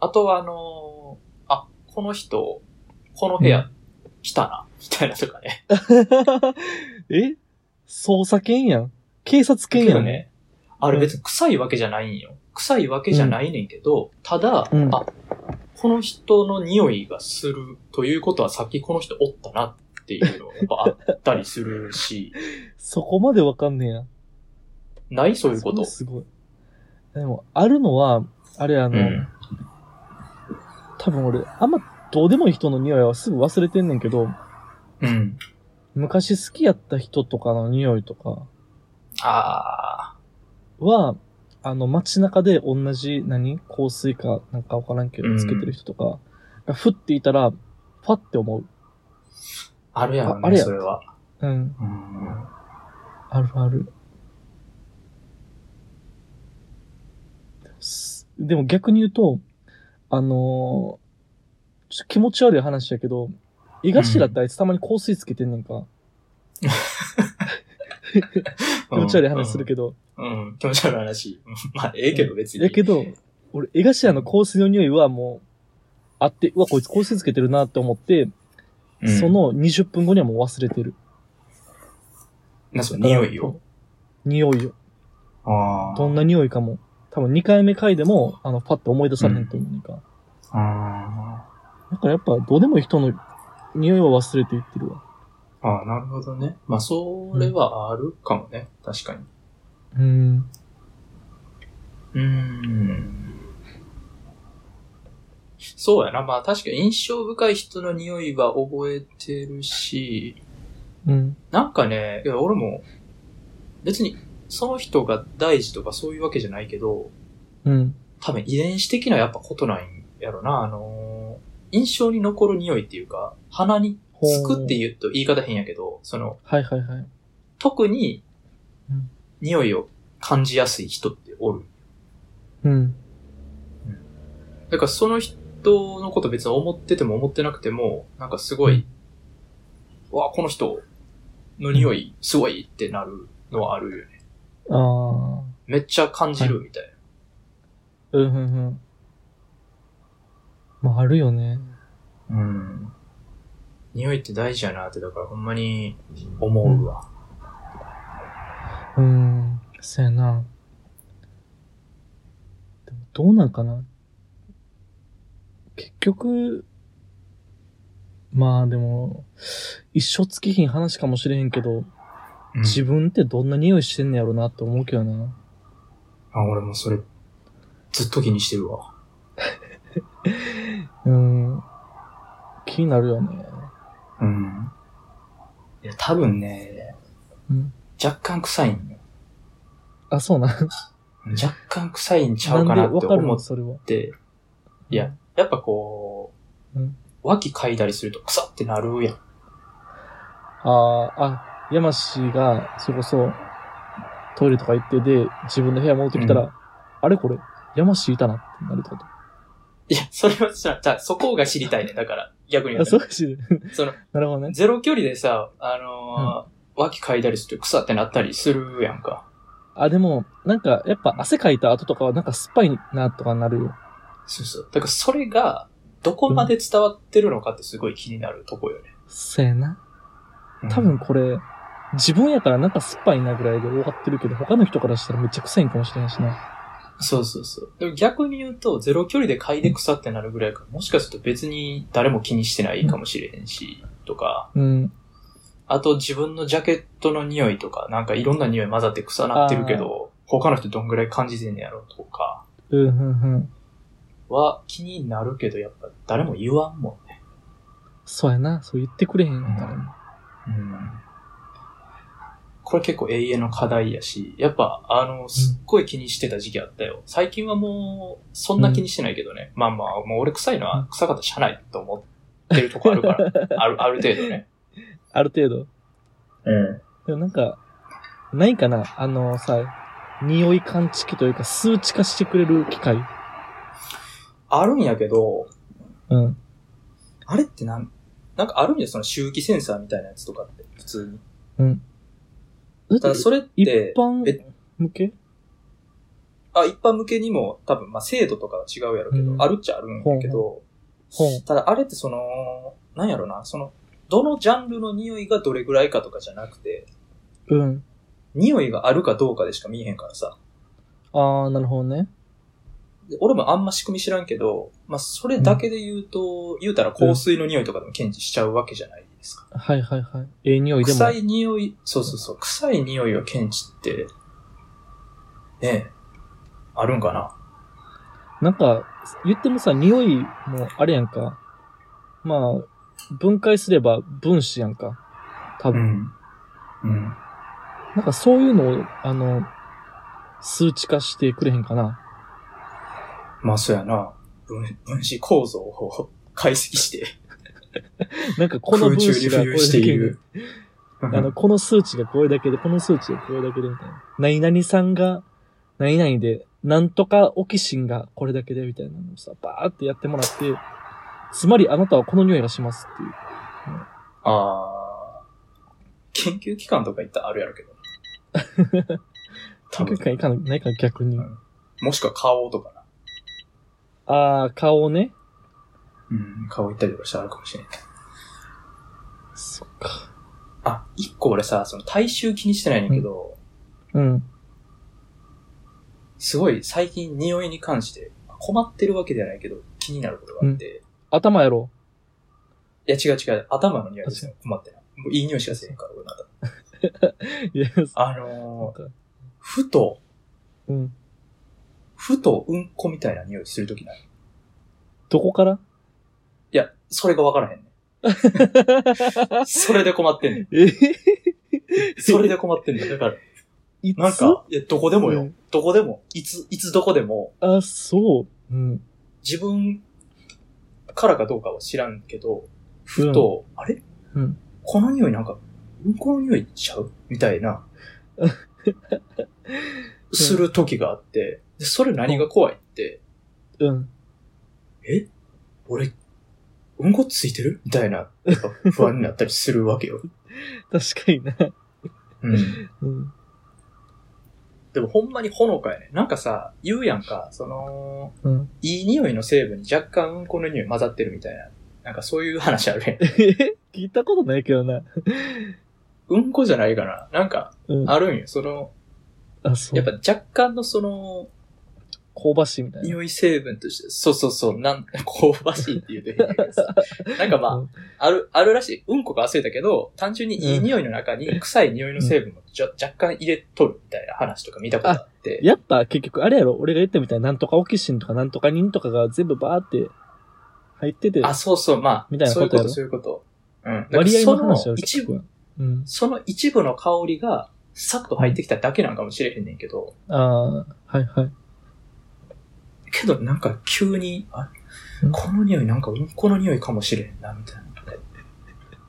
S2: あとはあのーあ、この人、この部屋、来たな、みたいなと かね。
S1: え捜査犬やん。警察犬
S2: け
S1: や
S2: ど
S1: ん。
S2: ね。あれ別に臭いわけじゃないんよ。臭いわけじゃないねんけど、ただ、
S1: うん
S2: あ、この人の匂いがするということはさっきこの人おったなっていうのがやっぱあったりす るし、
S1: そこまでわかんねえや。
S2: ないそういうこと。
S1: すごい。でも、あるのは、あれあ
S2: う
S1: の、
S2: ん。
S1: 多分俺、あんまどうでもいい人の匂いはすぐ忘れてんねんけど、
S2: うん。
S1: 昔好きやった人とかの匂いとか
S2: あ
S1: は、あの、街中で同じ、何香水かなんかわからんけ
S2: う
S1: ど、
S2: ん
S1: つけてる人とか、が降っていたら、ファって思う。
S2: あ、あるやろ
S1: ああれ
S2: ね、
S1: や
S2: それは。
S1: うん。
S2: うん。
S1: あるある。すでも逆に言うと、あのーちょっと気持ち悪い話やけど、井頭ってあいつたまに香水つけてんねんか。気持ち悪い話するけど。
S2: うん、うん気持ち悪い話。 うんまあ、ええけど別に。
S1: やけど、俺、江頭の香水の匂いはもう、あって、うわ、こいつ香水つけてるなって思って、
S2: うん
S1: そ、の20分後にはもう忘れてる。
S2: な、その匂いを。。
S1: 匂いを。
S2: あ
S1: どんな匂いかも。多分2回目嗅いでも、あの、パッて思い出されへんと思うねんか。
S2: あ。
S1: だからやっぱどうでもいい人の匂いは忘れていってるわ。
S2: ああ、なるほどね。まあ、それはあるかもね。確かに。
S1: うん。
S2: うーん。そうやな。まあ、確かに印象深い人の匂いは覚えてるし、
S1: うん。
S2: なんかね、いや俺も、別に、その人が大事とかそういうわけじゃないけど、
S1: うん。
S2: 多分遺伝子的なやっぱことないんやろな。あのー印象に残る匂いっていうか、鼻につくって言うと言い方変やけど、その、
S1: はいはいはい。
S2: 特に
S1: うん、
S2: 匂いを感じやすい人っておる。
S1: うん。
S2: だからその人のこと別に思ってても思ってなくても、なんかすごい、わあ、この人の匂いすごいってなるのはあるよね。
S1: ああ。
S2: めっちゃ感じるみたいな。
S1: うんうんうん。まああるよね。
S2: うん。匂いって大事やなって、だからほんまに思うわ。
S1: うん。そやな。でもどうなんかな。結局、まあでも、一生つきひん話かもしれへんけど、
S2: うん
S1: 自分ってどんな匂いしてんねやろなって思うけどな。
S2: あ俺もそれ、ずっと気にしてるわ。
S1: うん。気になるよね。
S2: うん。いや、多分ね、
S1: うん。
S2: 若干臭いんよ。
S1: あ、そうなん。
S2: 若干臭いんちゃうかな
S1: なん
S2: っ
S1: で
S2: て
S1: わかる
S2: 思
S1: の
S2: っ
S1: それは。
S2: て、いや、やっぱこう、
S1: うん
S2: 脇嗅いだりすると臭ってなるやん。
S1: あーあ、山氏が、それこそ、トイレとか行ってで、自分の部屋戻ってきたら、
S2: う
S1: あれこれ、山氏いたなってなるってこと。
S2: いや、それはさ、じゃあそこが知りたいね。だから、逆に言
S1: あ、
S2: うと
S1: そ
S2: ね
S1: うし、
S2: その、
S1: なるほどね。
S2: ゼロ距離でさ、あのー脇嗅いだりすると臭ってなったりするやんか。
S1: あ、でも、なんか、やっぱ汗かいた後とかは、なんか酸っぱいなとかなるよ。
S2: そうそう。だからそれが、どこまで伝わってるのかってすごい気になるとこよね。
S1: そやな。多分これ、自分やからなんか酸っぱいなぐらいで終わってるけど、他の人からしたらめっちゃ臭いんかもしれないしな。
S2: そうそうそう。でも逆に言うと、ゼロ距離で嗅いで臭ってなるぐらいから、もしかすると別に誰も気にしてないかもしれへんし、とか、
S1: うん。
S2: あと自分のジャケットの匂いとか、なんかいろんな匂い混ざって臭なってるけど、他の人どんぐらい感じてんねやろうとか、
S1: うん、うん、うん。
S2: は気になるけど、やっぱ誰も言わんもんね。
S1: そうやな。そう言ってくれへんよ誰も。
S2: うん。これ結構永遠の課題やし、やっぱあの、すっごい気にしてた時期あったよ。最近はもう、そんな気にしてないけどね。まあまあ、もう俺臭いのは臭かったしゃあないと思ってるとこある から、ある、ある程度ね。
S1: ある程度。
S2: うん。
S1: でもなんか、ないかなあのさ、匂い感知器というか数値化してくれる機械。
S2: あるんやけど、
S1: うん。
S2: あれってなん、なんかあるんや、その周期センサーみたいなやつとかって、普通に。ただそれっ
S1: 一
S2: て、
S1: 般
S2: え
S1: 向け
S2: あ、一般向けにも多分、まあ、精度とかは違うやろうけど、
S1: うん
S2: あるっちゃあるんやけど、
S1: ほん。
S2: ただあれってその、なんやろな、その、どのジャンルの匂いがどれぐらいかとかじゃなくて、
S1: うん。
S2: 匂いがあるかどうかでしか見えへんからさ。
S1: あー、なるほどね。
S2: で俺もあんま仕組み知らんけど、まあ、それだけで言うと、言うたら香水の匂いとかでも検知しちゃうわけじゃないですか。
S1: はいはいはい。ええ匂いでも。
S2: 臭い匂い、そうそうそう、臭い匂いを検知って、ねえ、あるんかな。
S1: なんか、言ってもさ、匂いもあれやんか。まあ、分解すれば分子やんか。多分。
S2: ん。うん。
S1: なんかそういうのを、あの、数値化してくれへんかな。
S2: まあ、そうやな。分分子構造を解析して、
S1: なんかこの
S2: 空
S1: 分
S2: 中に
S1: 子がこ
S2: 浮遊
S1: れだ
S2: して
S1: け
S2: い
S1: で
S2: る。
S1: あの、この数値がこれだけで、この数値がこれだけで、みたいな。何々さんが、何々で、なんとかオキシンがこれだけで、みたいなのをさ、バーってやってもらって、つまりあなたはこの匂いがしますっていう。
S2: あー研究機関とか行ったらあるやろうけど。多
S1: 研
S2: 分
S1: 究会いかないか逆に。
S2: もしくは顔とかな。
S1: あー、顔ね。
S2: うん、顔行ったりとかしたらあるかもしれない。
S1: そっか。
S2: あ、一個俺さ、その体臭気にしてないんだけど、
S1: うん。
S2: すごい最近匂いに関して困ってるわけではないけど、気になることがあって、
S1: 頭やろ。
S2: いや違う違う、頭の匂いですよ、困ってない。もういい匂いしかせえへんから、俺まだ。
S1: いや、そ
S2: あ
S1: っ
S2: のー、
S1: か。
S2: ふと、
S1: うん。
S2: ふとうんこみたいな匂いするときない。
S1: どこから
S2: いや、それがわからへんね。それで困ってんねん。
S1: え
S2: それで困ってんねん。だから、
S1: いつ
S2: なんか、いや、どこでも
S1: う
S2: よ。
S1: ん
S2: どこでも。いつ、いつどこでも、
S1: あ、そう。うん。
S2: 自分からかどうかは知らんけど、ふと、あれ
S1: うん
S2: この匂いなんか、うんこの匂いちゃうみたいな
S1: うん、
S2: する時があって、でそれ何が怖いって、
S1: うん。
S2: え俺、うんこついてるみたいな、やっぱ不安になったりするわけよ。
S1: 確かにな。
S2: うん。
S1: うん。
S2: でもほんまにほのかやね。なんかさ、言うやんか、その、
S1: うん。
S2: いい匂いの成分に若干うんこの匂い混ざってるみたいな。なんかそういう話あるやん。
S1: え 聞いたことないけどな。
S2: うんこじゃないかな。なんか、
S1: うん。
S2: あるんよ。その、
S1: あ、そう。
S2: やっぱ若干のその、
S1: 香ばしいみたいな。
S2: 匂い成分として、そうそうそう、なん、香ばしいって言うと変だけどさ。 なんか
S1: う
S2: ま
S1: ん
S2: あ、ある、あるらしい。うんこが忘れたけど、単純にいい匂いの中に臭い匂いの成分をじゃ若干入れとるみたいな話とか見たことあって。
S1: やっぱ結局あれやろ俺が言ったみたいになんとかオキシンとかなんとかニンとかが全部バーって入ってて、
S2: あ、そうそう、ま
S1: みたい
S2: あ、
S1: な
S2: そう
S1: こ
S2: い
S1: とや
S2: うこと、
S1: ろ
S2: そういうこと。うん。
S1: 割合の話
S2: そ
S1: やろ
S2: の一
S1: 結局
S2: 部、
S1: はうん。
S2: その一部の香りが、さっと入ってきただけなんかもしれへんねんけど、
S1: ああ、はいはい。
S2: けどなんか急に、あ
S1: うん
S2: この匂いなんかうんこの匂いかもしれんな、みたいなのとか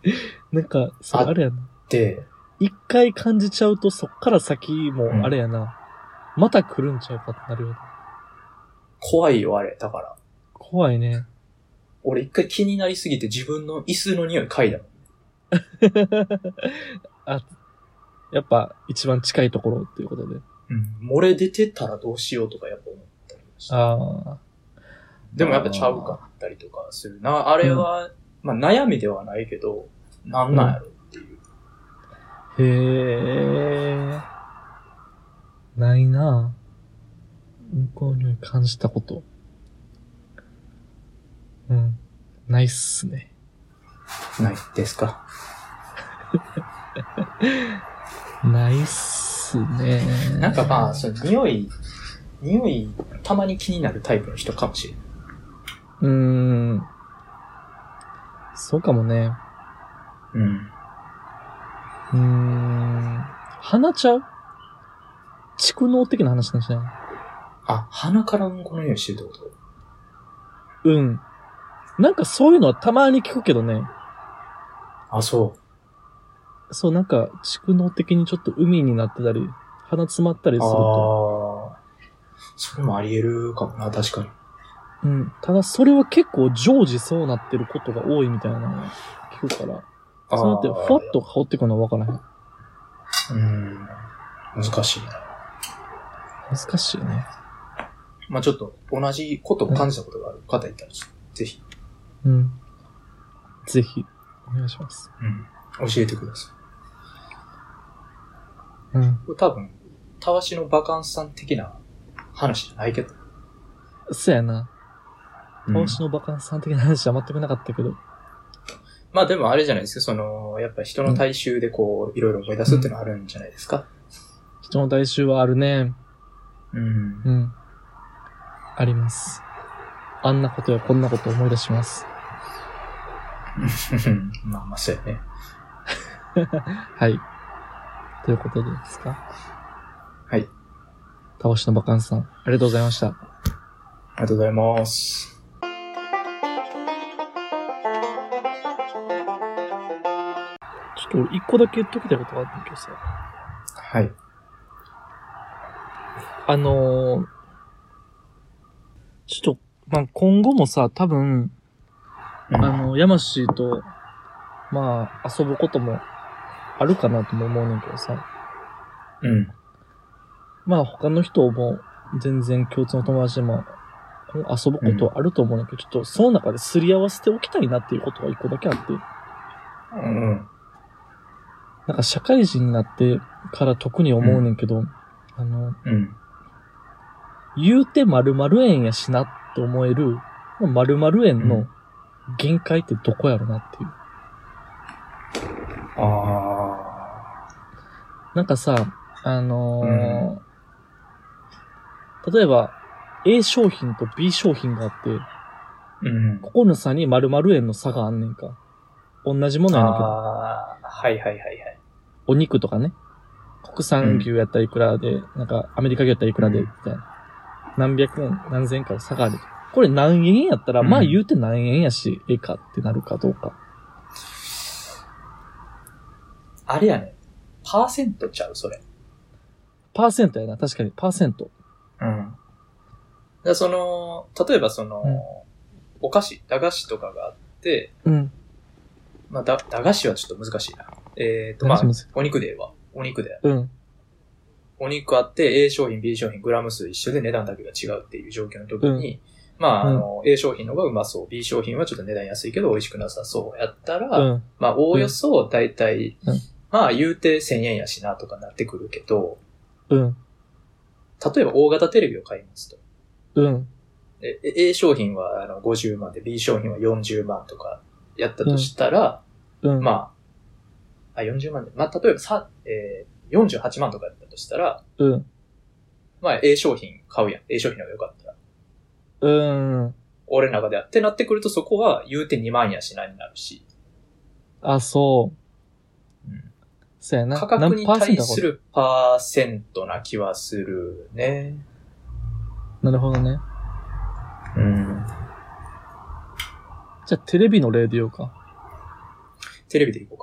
S2: 言っ
S1: なんか、そう、
S2: あ
S1: あれやな。
S2: て、
S1: 一回感じちゃうとそっから先もあれやな。また来るんちゃうかってなるよな。
S2: 怖いよ、あれ。だから。
S1: 怖い ね。
S2: 俺一回気になりすぎて自分の椅子の匂い嗅いだもん。
S1: あ、やっぱ一番近いところっていうことで。
S2: うん。漏れ出てたらどうしようとかやっぱ思ったりもした。
S1: ああ。
S2: でもやっぱちゃうかったりとかするな。あれは、まあ悩みではないけど、なんなんやろってい
S1: へ
S2: う。
S1: え。ないなぁ。向こうに感じたこと。うん。ないっすね。
S2: ないですか。
S1: ないっすね。
S2: なんかまあ、その匂い、匂い、たまに気になるタイプの人かもしれない。
S1: うーん。そうかもね。
S2: うん。
S1: うーん。鼻ちゃう蓄能的な話なんじゃない
S2: あ、鼻からうんこの匂いしてるってこと
S1: うん。なんかそういうのはたまに聞くけどね。
S2: あ、そう。
S1: そう、なんか蓄能的にちょっと海になってたり、鼻詰まったりすると。
S2: ああ。それもあり得るかもな、確かに。
S1: うん。ただそれは結構常時そうなってることが多いみたいなのを聞くから。
S2: あ
S1: そうなって、
S2: ー
S1: ふわっと香ってくるのは分からへん。
S2: うん。難しいな。
S1: 難しいよね。
S2: まあちょっと同じことを感じたことがある方いたら、ぜひ、
S1: うん。ぜひ、お願いします。
S2: うん、教えてください。
S1: うん。
S2: これ多分、たわしのバカンスさん的な話じゃないけど。
S1: そうやな。投資のバカンスさん的な話は全くなかったけど。
S2: まあでもあれじゃないですか、その、やっぱ人の大衆でこう、いろいろ思い出すっていうのはあるんじゃないですか。
S1: 人の大衆はあるね。
S2: うん
S1: う。ん。あります。あんなことやこんなこと思い出します。
S2: まあまあそうやね。
S1: はい。ということでですか。
S2: はい。あり
S1: 倒しのバカンスさん、ありがとうございました。
S2: がとうございます。
S1: ちょっと俺一個だけ言っときたいことがあるんだけどさ。
S2: はい。
S1: あのーちょっと、まあ、今後もさ、多分、あの、山氏と、まあ、遊ぶこともあるかなとも思うねんけどさ。
S2: うん。
S1: まあ他の人も全然共通の友達でも遊ぶことはあると思うんだけど、ちょっとその中ですり合わせておきたいなっていうことが一個だけあって、
S2: うん。
S1: なんか社会人になってから特に思うねんけど、あの、
S2: うん。
S1: 言うて〇〇円やしなって思える、〇〇円
S2: う
S1: の
S2: ん
S1: 限界ってどこやろなっていう。
S2: あ
S1: なんかさ、あのー例えば A 商品と B 商品があって、
S2: あ。うん。
S1: ここの差に〇〇円の差があんねんか。同じものやねんけど。
S2: ああ、はいはいはいはい。
S1: お肉とかね、国産牛やったらいくらで、なんかアメリカ牛やったらいくらで、
S2: うん
S1: みたいな。何百円、何千円かの差がある。これ何円やったら、
S2: うん
S1: まあ言うて何円やし、ええかってなるかどうか。
S2: あれやね。パーセントちゃう、それ。
S1: パーセントやな、確かに、パーセント。
S2: うん。だその、例えばその、
S1: うん
S2: お菓子、駄菓子とかがあって、
S1: うん。
S2: まあ、だ駄菓子はちょっと難しいな。えっ、と、まあ
S1: 駄菓子難しい、
S2: お肉では、お肉で。
S1: うん。
S2: お肉あって、A 商品、B 商品、グラム数一緒で値段だけが違うっていう状況の時に、まあ、あの、A 商品の方がうまそう、B 商品はちょっと値段安いけど美味しくなさそうやったら、
S1: うん。
S2: まあ、おおよそ大体、
S1: うん
S2: まあ、言うて1000円やしなとかなってくるけど、
S1: うん。
S2: 例えば大型テレビを買いますと。
S1: うん。
S2: え A 商品はあの50万で B 商品は40万とかやったとしたら、
S1: うん。あ。
S2: まあ、あ、40万で、まあ、例えばさ、えー、48万とかやったとしたら、
S1: うん。
S2: まあ、A 商品買うやん。A 商品の方が良かったら。
S1: うん。
S2: 俺の中では。ってなってくると、そこは言うて2万やしなになるし、
S1: あ、そう
S2: うん。
S1: そうやな。
S2: 価格に対
S1: だこ
S2: す
S1: れ
S2: るパーセントな気はするね。
S1: なるほどね。
S2: うん。
S1: じゃあテレビの例で言おうか。
S2: テレビでいこう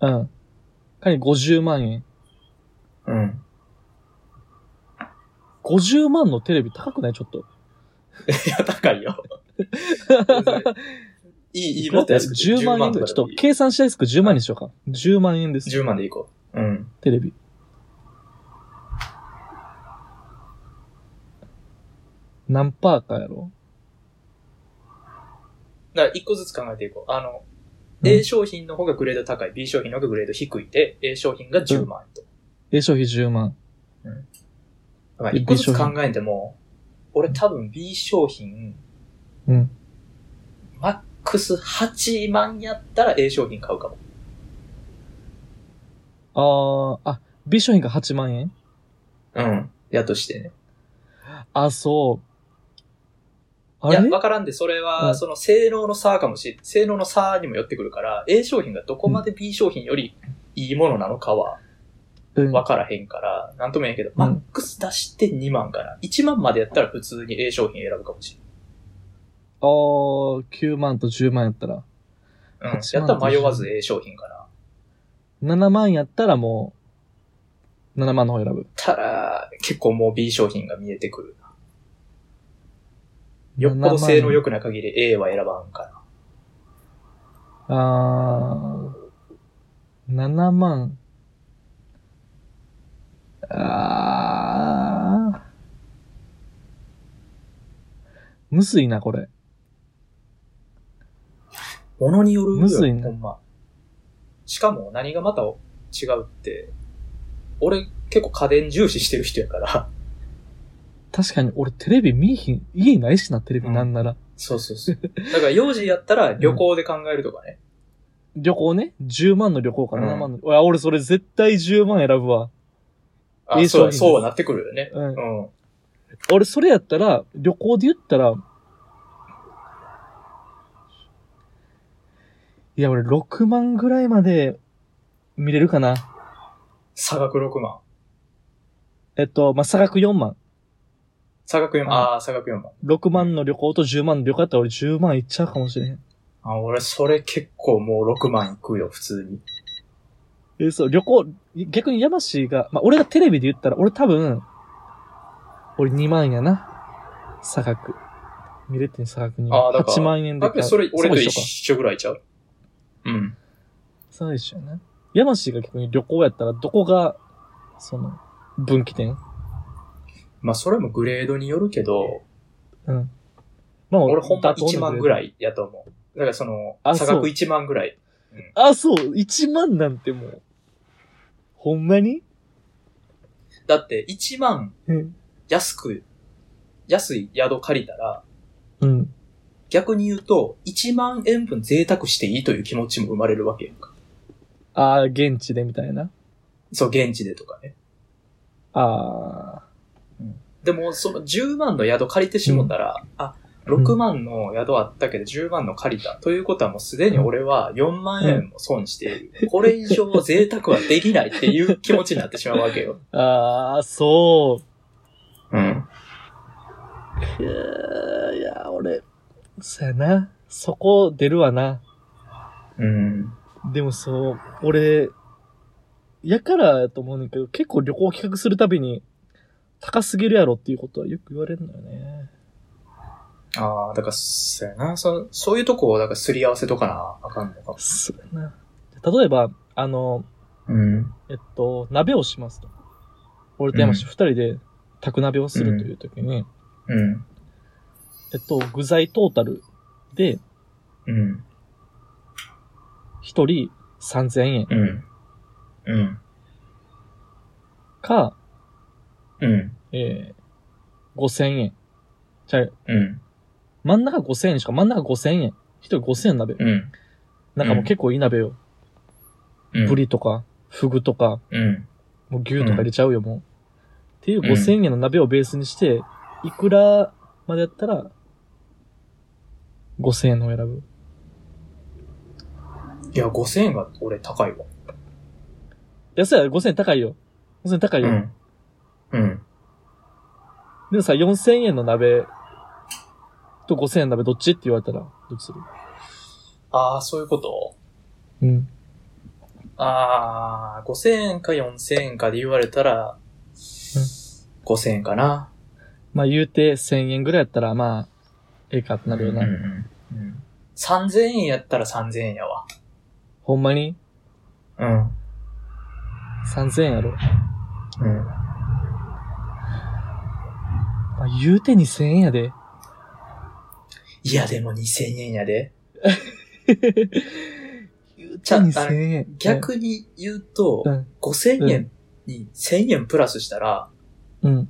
S2: か。
S1: うん。仮に50万円。
S2: うん。
S1: 50万のテレビ高くないちょっと。
S2: いや、高い よ。いい、いい、もっと安くて
S1: 10万円ぐらい。ちょっと計算しやすく10万にしようか。10万円です。
S2: 10万でいこう。うん。
S1: テレビ。何パーかやろ
S2: だから一個ずつ考えていこう。あの、
S3: うん
S2: A 商品の方がグレード高い、B 商品の方がグレード低いで、A 商品が10万円と。
S1: A 消費10万。
S2: だから一個ずつ考えても、俺多分 B 商品、
S1: うん。
S2: マックス8万やったら A 商品買うかも。
S1: あー、あ、B 商品が8万円
S2: うん。やとしてね。
S1: あ、そう。
S2: い
S1: あ
S2: や、
S1: れ
S2: わからんで、それ
S1: う
S2: は、
S1: ん
S2: その性能の差かもし、性能の差にもよってくるから、A 商品がどこまで B 商品よりいいものなのかは
S1: うん。
S2: わからへんから、なんとも言えんけど、マックス出して2万かな。1万までやったら普通に A 商品選ぶかもしれん。
S1: あー、9万と10万やったら。
S2: うん。やっ
S1: 8
S2: た
S1: 万
S2: ら迷わず A 商品かな。
S1: 7万やったらもう、7万の方選ぶ。
S2: たら、結構もう B 商品が見えてくるな。よっぽど性能良くない限り A は選ばんか
S1: あー、7万。あー。むずいな、これ。
S2: な。ものによるよ。
S1: むずいね
S2: ほんま。しかも何がまた違うって、俺結構家電重視してる人やから。
S1: 確かに俺テレビ見えひん、家にないしな、テレビなんなら。
S2: そうそうそう。だから幼児やったら旅行で考えるとかね。
S1: 旅行ね。10万の旅行か、
S2: うん
S1: 7万の。いや、俺それ絶対10万選ぶわ。
S2: あ
S1: A
S2: そ
S1: 商品
S2: うや
S1: です
S2: そうはなってくるよね。
S1: うん
S2: う。ん。
S1: 俺それやったら、旅行で言ったら、いや、俺6万ぐらいまで見れるかな。
S2: 差額6万。
S1: えっと、まあ、差額4万。
S2: 差額4万。
S1: うん
S2: ああー、差額4万。
S1: 6万の旅行と10万の旅行やったら俺10万いっちゃうかもしれへん。
S2: あ俺それ結構もう6万いくよ、普通に。
S1: え、そう、旅行、逆に山氏が、まあ、俺がテレビで言ったら、俺多分、俺2万やな。差額。見れてん差額に。
S2: あだから
S1: 8万円で買
S2: だ
S1: う。
S2: けどそれ、俺と一
S1: そうか。
S2: 緒ぐらいちゃううん。
S1: そう一緒やな。山氏が逆に旅行やったら、どこが、その、分岐点
S2: まあ、それもグレードによるけど、
S1: うん。まあ、
S2: 俺ほんま1万ぐ
S1: い。
S2: らいやと思う。だからその、
S1: あ
S2: 差
S1: そう
S2: 額1万ぐらい。
S1: あ、そう、1万なんてもう。ほんまに
S2: だって、1万
S1: うん。
S2: 安く、安い宿借りたら、
S1: うん。
S2: 逆に言うと、1万円分贅沢していいという気持ちも生まれるわけやんか。
S1: ああ、現地でみたいな。
S2: そう、現地でとかね。
S1: ああ。
S2: でも、その10万の宿借りてしもたら、あ、6万の宿あったけど10万の借りた。ということはもうすでに俺は4万円も損している。これ以上贅沢はできないっていう気持ちになってしまうわけよ。
S1: ああ、そう。
S2: うん。
S1: いやーいや、俺、そやな。そこ出るわな。
S2: うん。
S1: でもそう、俺、やからやと思うねんけど、結構旅行企画するたびに、高すぎるやろっていうことはよく言われるんだよね。
S2: ああ、だから、そうやな。そそういうとこを、だからすり合わせとかなあかんのかも。
S1: そうやな。例えば、あの、
S2: うん。
S1: えっと、鍋をしますと。俺と山下二人で、宅鍋をするという時に、
S2: うん。
S1: えっと、具材トータルで、
S2: うん。
S1: 一人3000円
S2: うん。うん。
S1: か、
S2: うん。
S1: えー、5000円。じゃあ
S2: うん。
S1: 真ん中5000円しか、真ん中5000円。一人5000円鍋。
S2: うん。
S1: なんかもう結構いい鍋よ。
S2: うん。
S1: ブリとか、フグとか、
S2: うん。
S1: もう牛とか入れちゃうよ、もう。っていう5000円の鍋をベースにして、いくらまでやったら、5000円のを選ぶ。
S2: いや、5000円が俺高いわ。
S1: 安いや、5000円高いよ。5000円高いよ。
S2: ん。うん。
S1: でもさ、4000円の鍋と5000円の鍋どっちって言われたら、どっちする
S2: ああ、そういうこと
S1: うん。
S2: ああ、5000円か4000円かで言われたら、5000円かな。
S1: まあ言うて1000円ぐらいやったら、まあ、ええかってなるよな。
S2: うんうん。3000円やったら3000円やわ。
S1: ほんまに
S2: うん。
S1: ?3000円やろ。
S2: うん。
S1: まあ、言うて2000円やで。
S2: いや、でも2000円やで。
S1: ちゃん2000円。
S4: 逆に言うと、
S1: うん
S4: 5000円に1000円プラスしたら、
S1: うん。
S4: も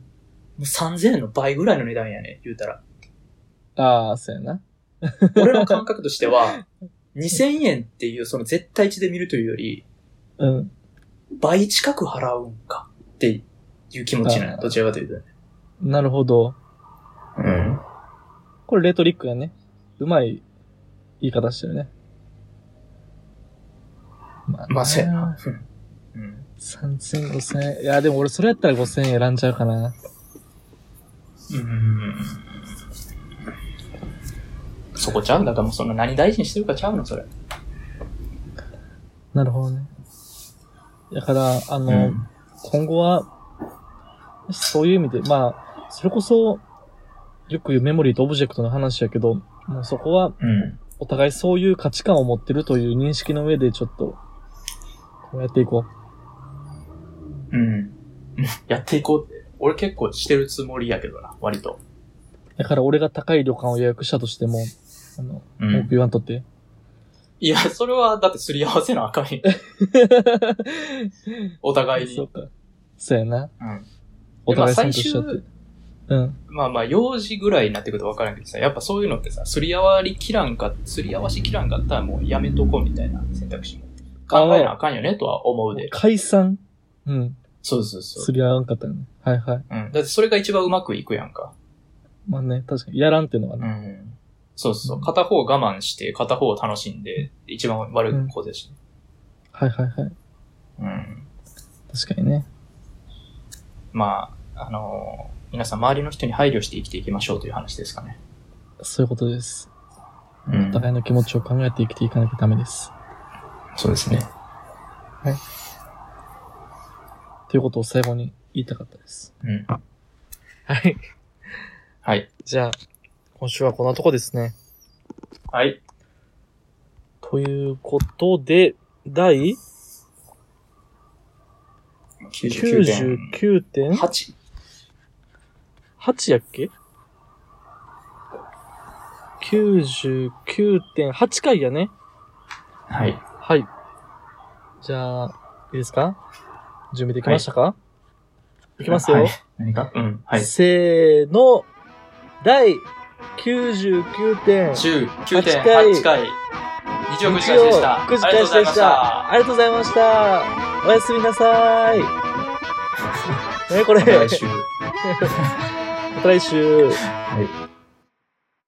S4: う3000円の倍ぐらいの値段やね、言うたら。
S1: ああ、そうやな。
S4: 俺の感覚としては、2000円っていうその絶対値で見るというより、
S1: うん。
S4: 倍近く払うんかっていう気持ちなんや。
S1: あー
S4: どちらかというとね。
S1: なるほど。
S4: うん。
S1: これレトリックやね。うまい言い方してるね。ま
S4: まあそうや
S1: な。
S4: うん。
S1: 3000、5000。いや、でも俺それやったら5000円選んじゃうかな。
S4: うん。
S2: そこちゃうんだからもうそんな何大事にしてるかちゃうの、それ。
S1: なるほどね。だから、あの、今後は、そういう意味で、まあ、それこそ、よく言うメモリーとオブジェクトの話やけど、もうそこは、
S2: うん。
S1: お互いそういう価値観を持ってるという認識の上で、ちょっと、こうやっていこ
S2: うん。やっていこうって。俺結構してるつもりやけどな、割と。
S1: う。だから、俺が高い旅館を予約したとしても、あの、
S2: う
S1: 文句。言わんとって。
S2: いや、それはだってすり合わせなあかんやん。お互い
S1: そう
S2: に。
S1: か。そうやな。
S2: うん。
S1: お互い
S2: まあ
S1: 尊重
S2: 最
S1: しちゃって
S2: 終。、
S1: うん。
S2: まあまあ、幼児ぐらいになってくると分からんけどさ、やっぱそういうのってさ、すり合わりきらんか、すり合わしきらんかったらもうやめとこうみたいな選択肢も考えなあかんよねとは思うで。
S1: 解散うん。
S2: そうそうそう
S1: す。り合わんかったよね。はいはい。
S2: うん。だってそれが一番うまくいくやんか。
S1: まあね、確かに。やらんっていうのはね。
S2: ん。そうそう。片方我慢して、片方楽しんで、一番悪い構図でし
S1: はいはいはい。
S2: ょ。うん。
S1: 確かにね。
S2: まあ、あのー皆さん周りの人に配慮して生きていきましょうという話ですかね。
S1: そういうことです。
S2: うん
S1: お互いの気持ちを考えて生きていかなきゃダメです。
S2: そうですね。
S1: ということを最後に言いたかったです。
S2: うん。
S1: はい。
S2: はい。
S1: じゃあ、今週はこんなとこですね。
S2: はい。
S1: ということで、第
S2: 99.8。
S1: 99.8やっけ ?99.8 回やね。
S2: はい。
S1: はい。じゃあ、いいですか準備できましたか、い、きますよ。
S2: はい何かうん。はい。
S1: せーの、第99点。
S2: 19.8回。日曜9時開始でした。
S1: 9時
S2: ありがと
S1: 開
S2: うご
S1: 始
S2: ざい
S1: で
S2: ま
S1: し。
S2: したた。
S1: ありがとうございました。おやすみなさ い。ねこれ、
S2: また来週。
S1: また来週。
S2: はい。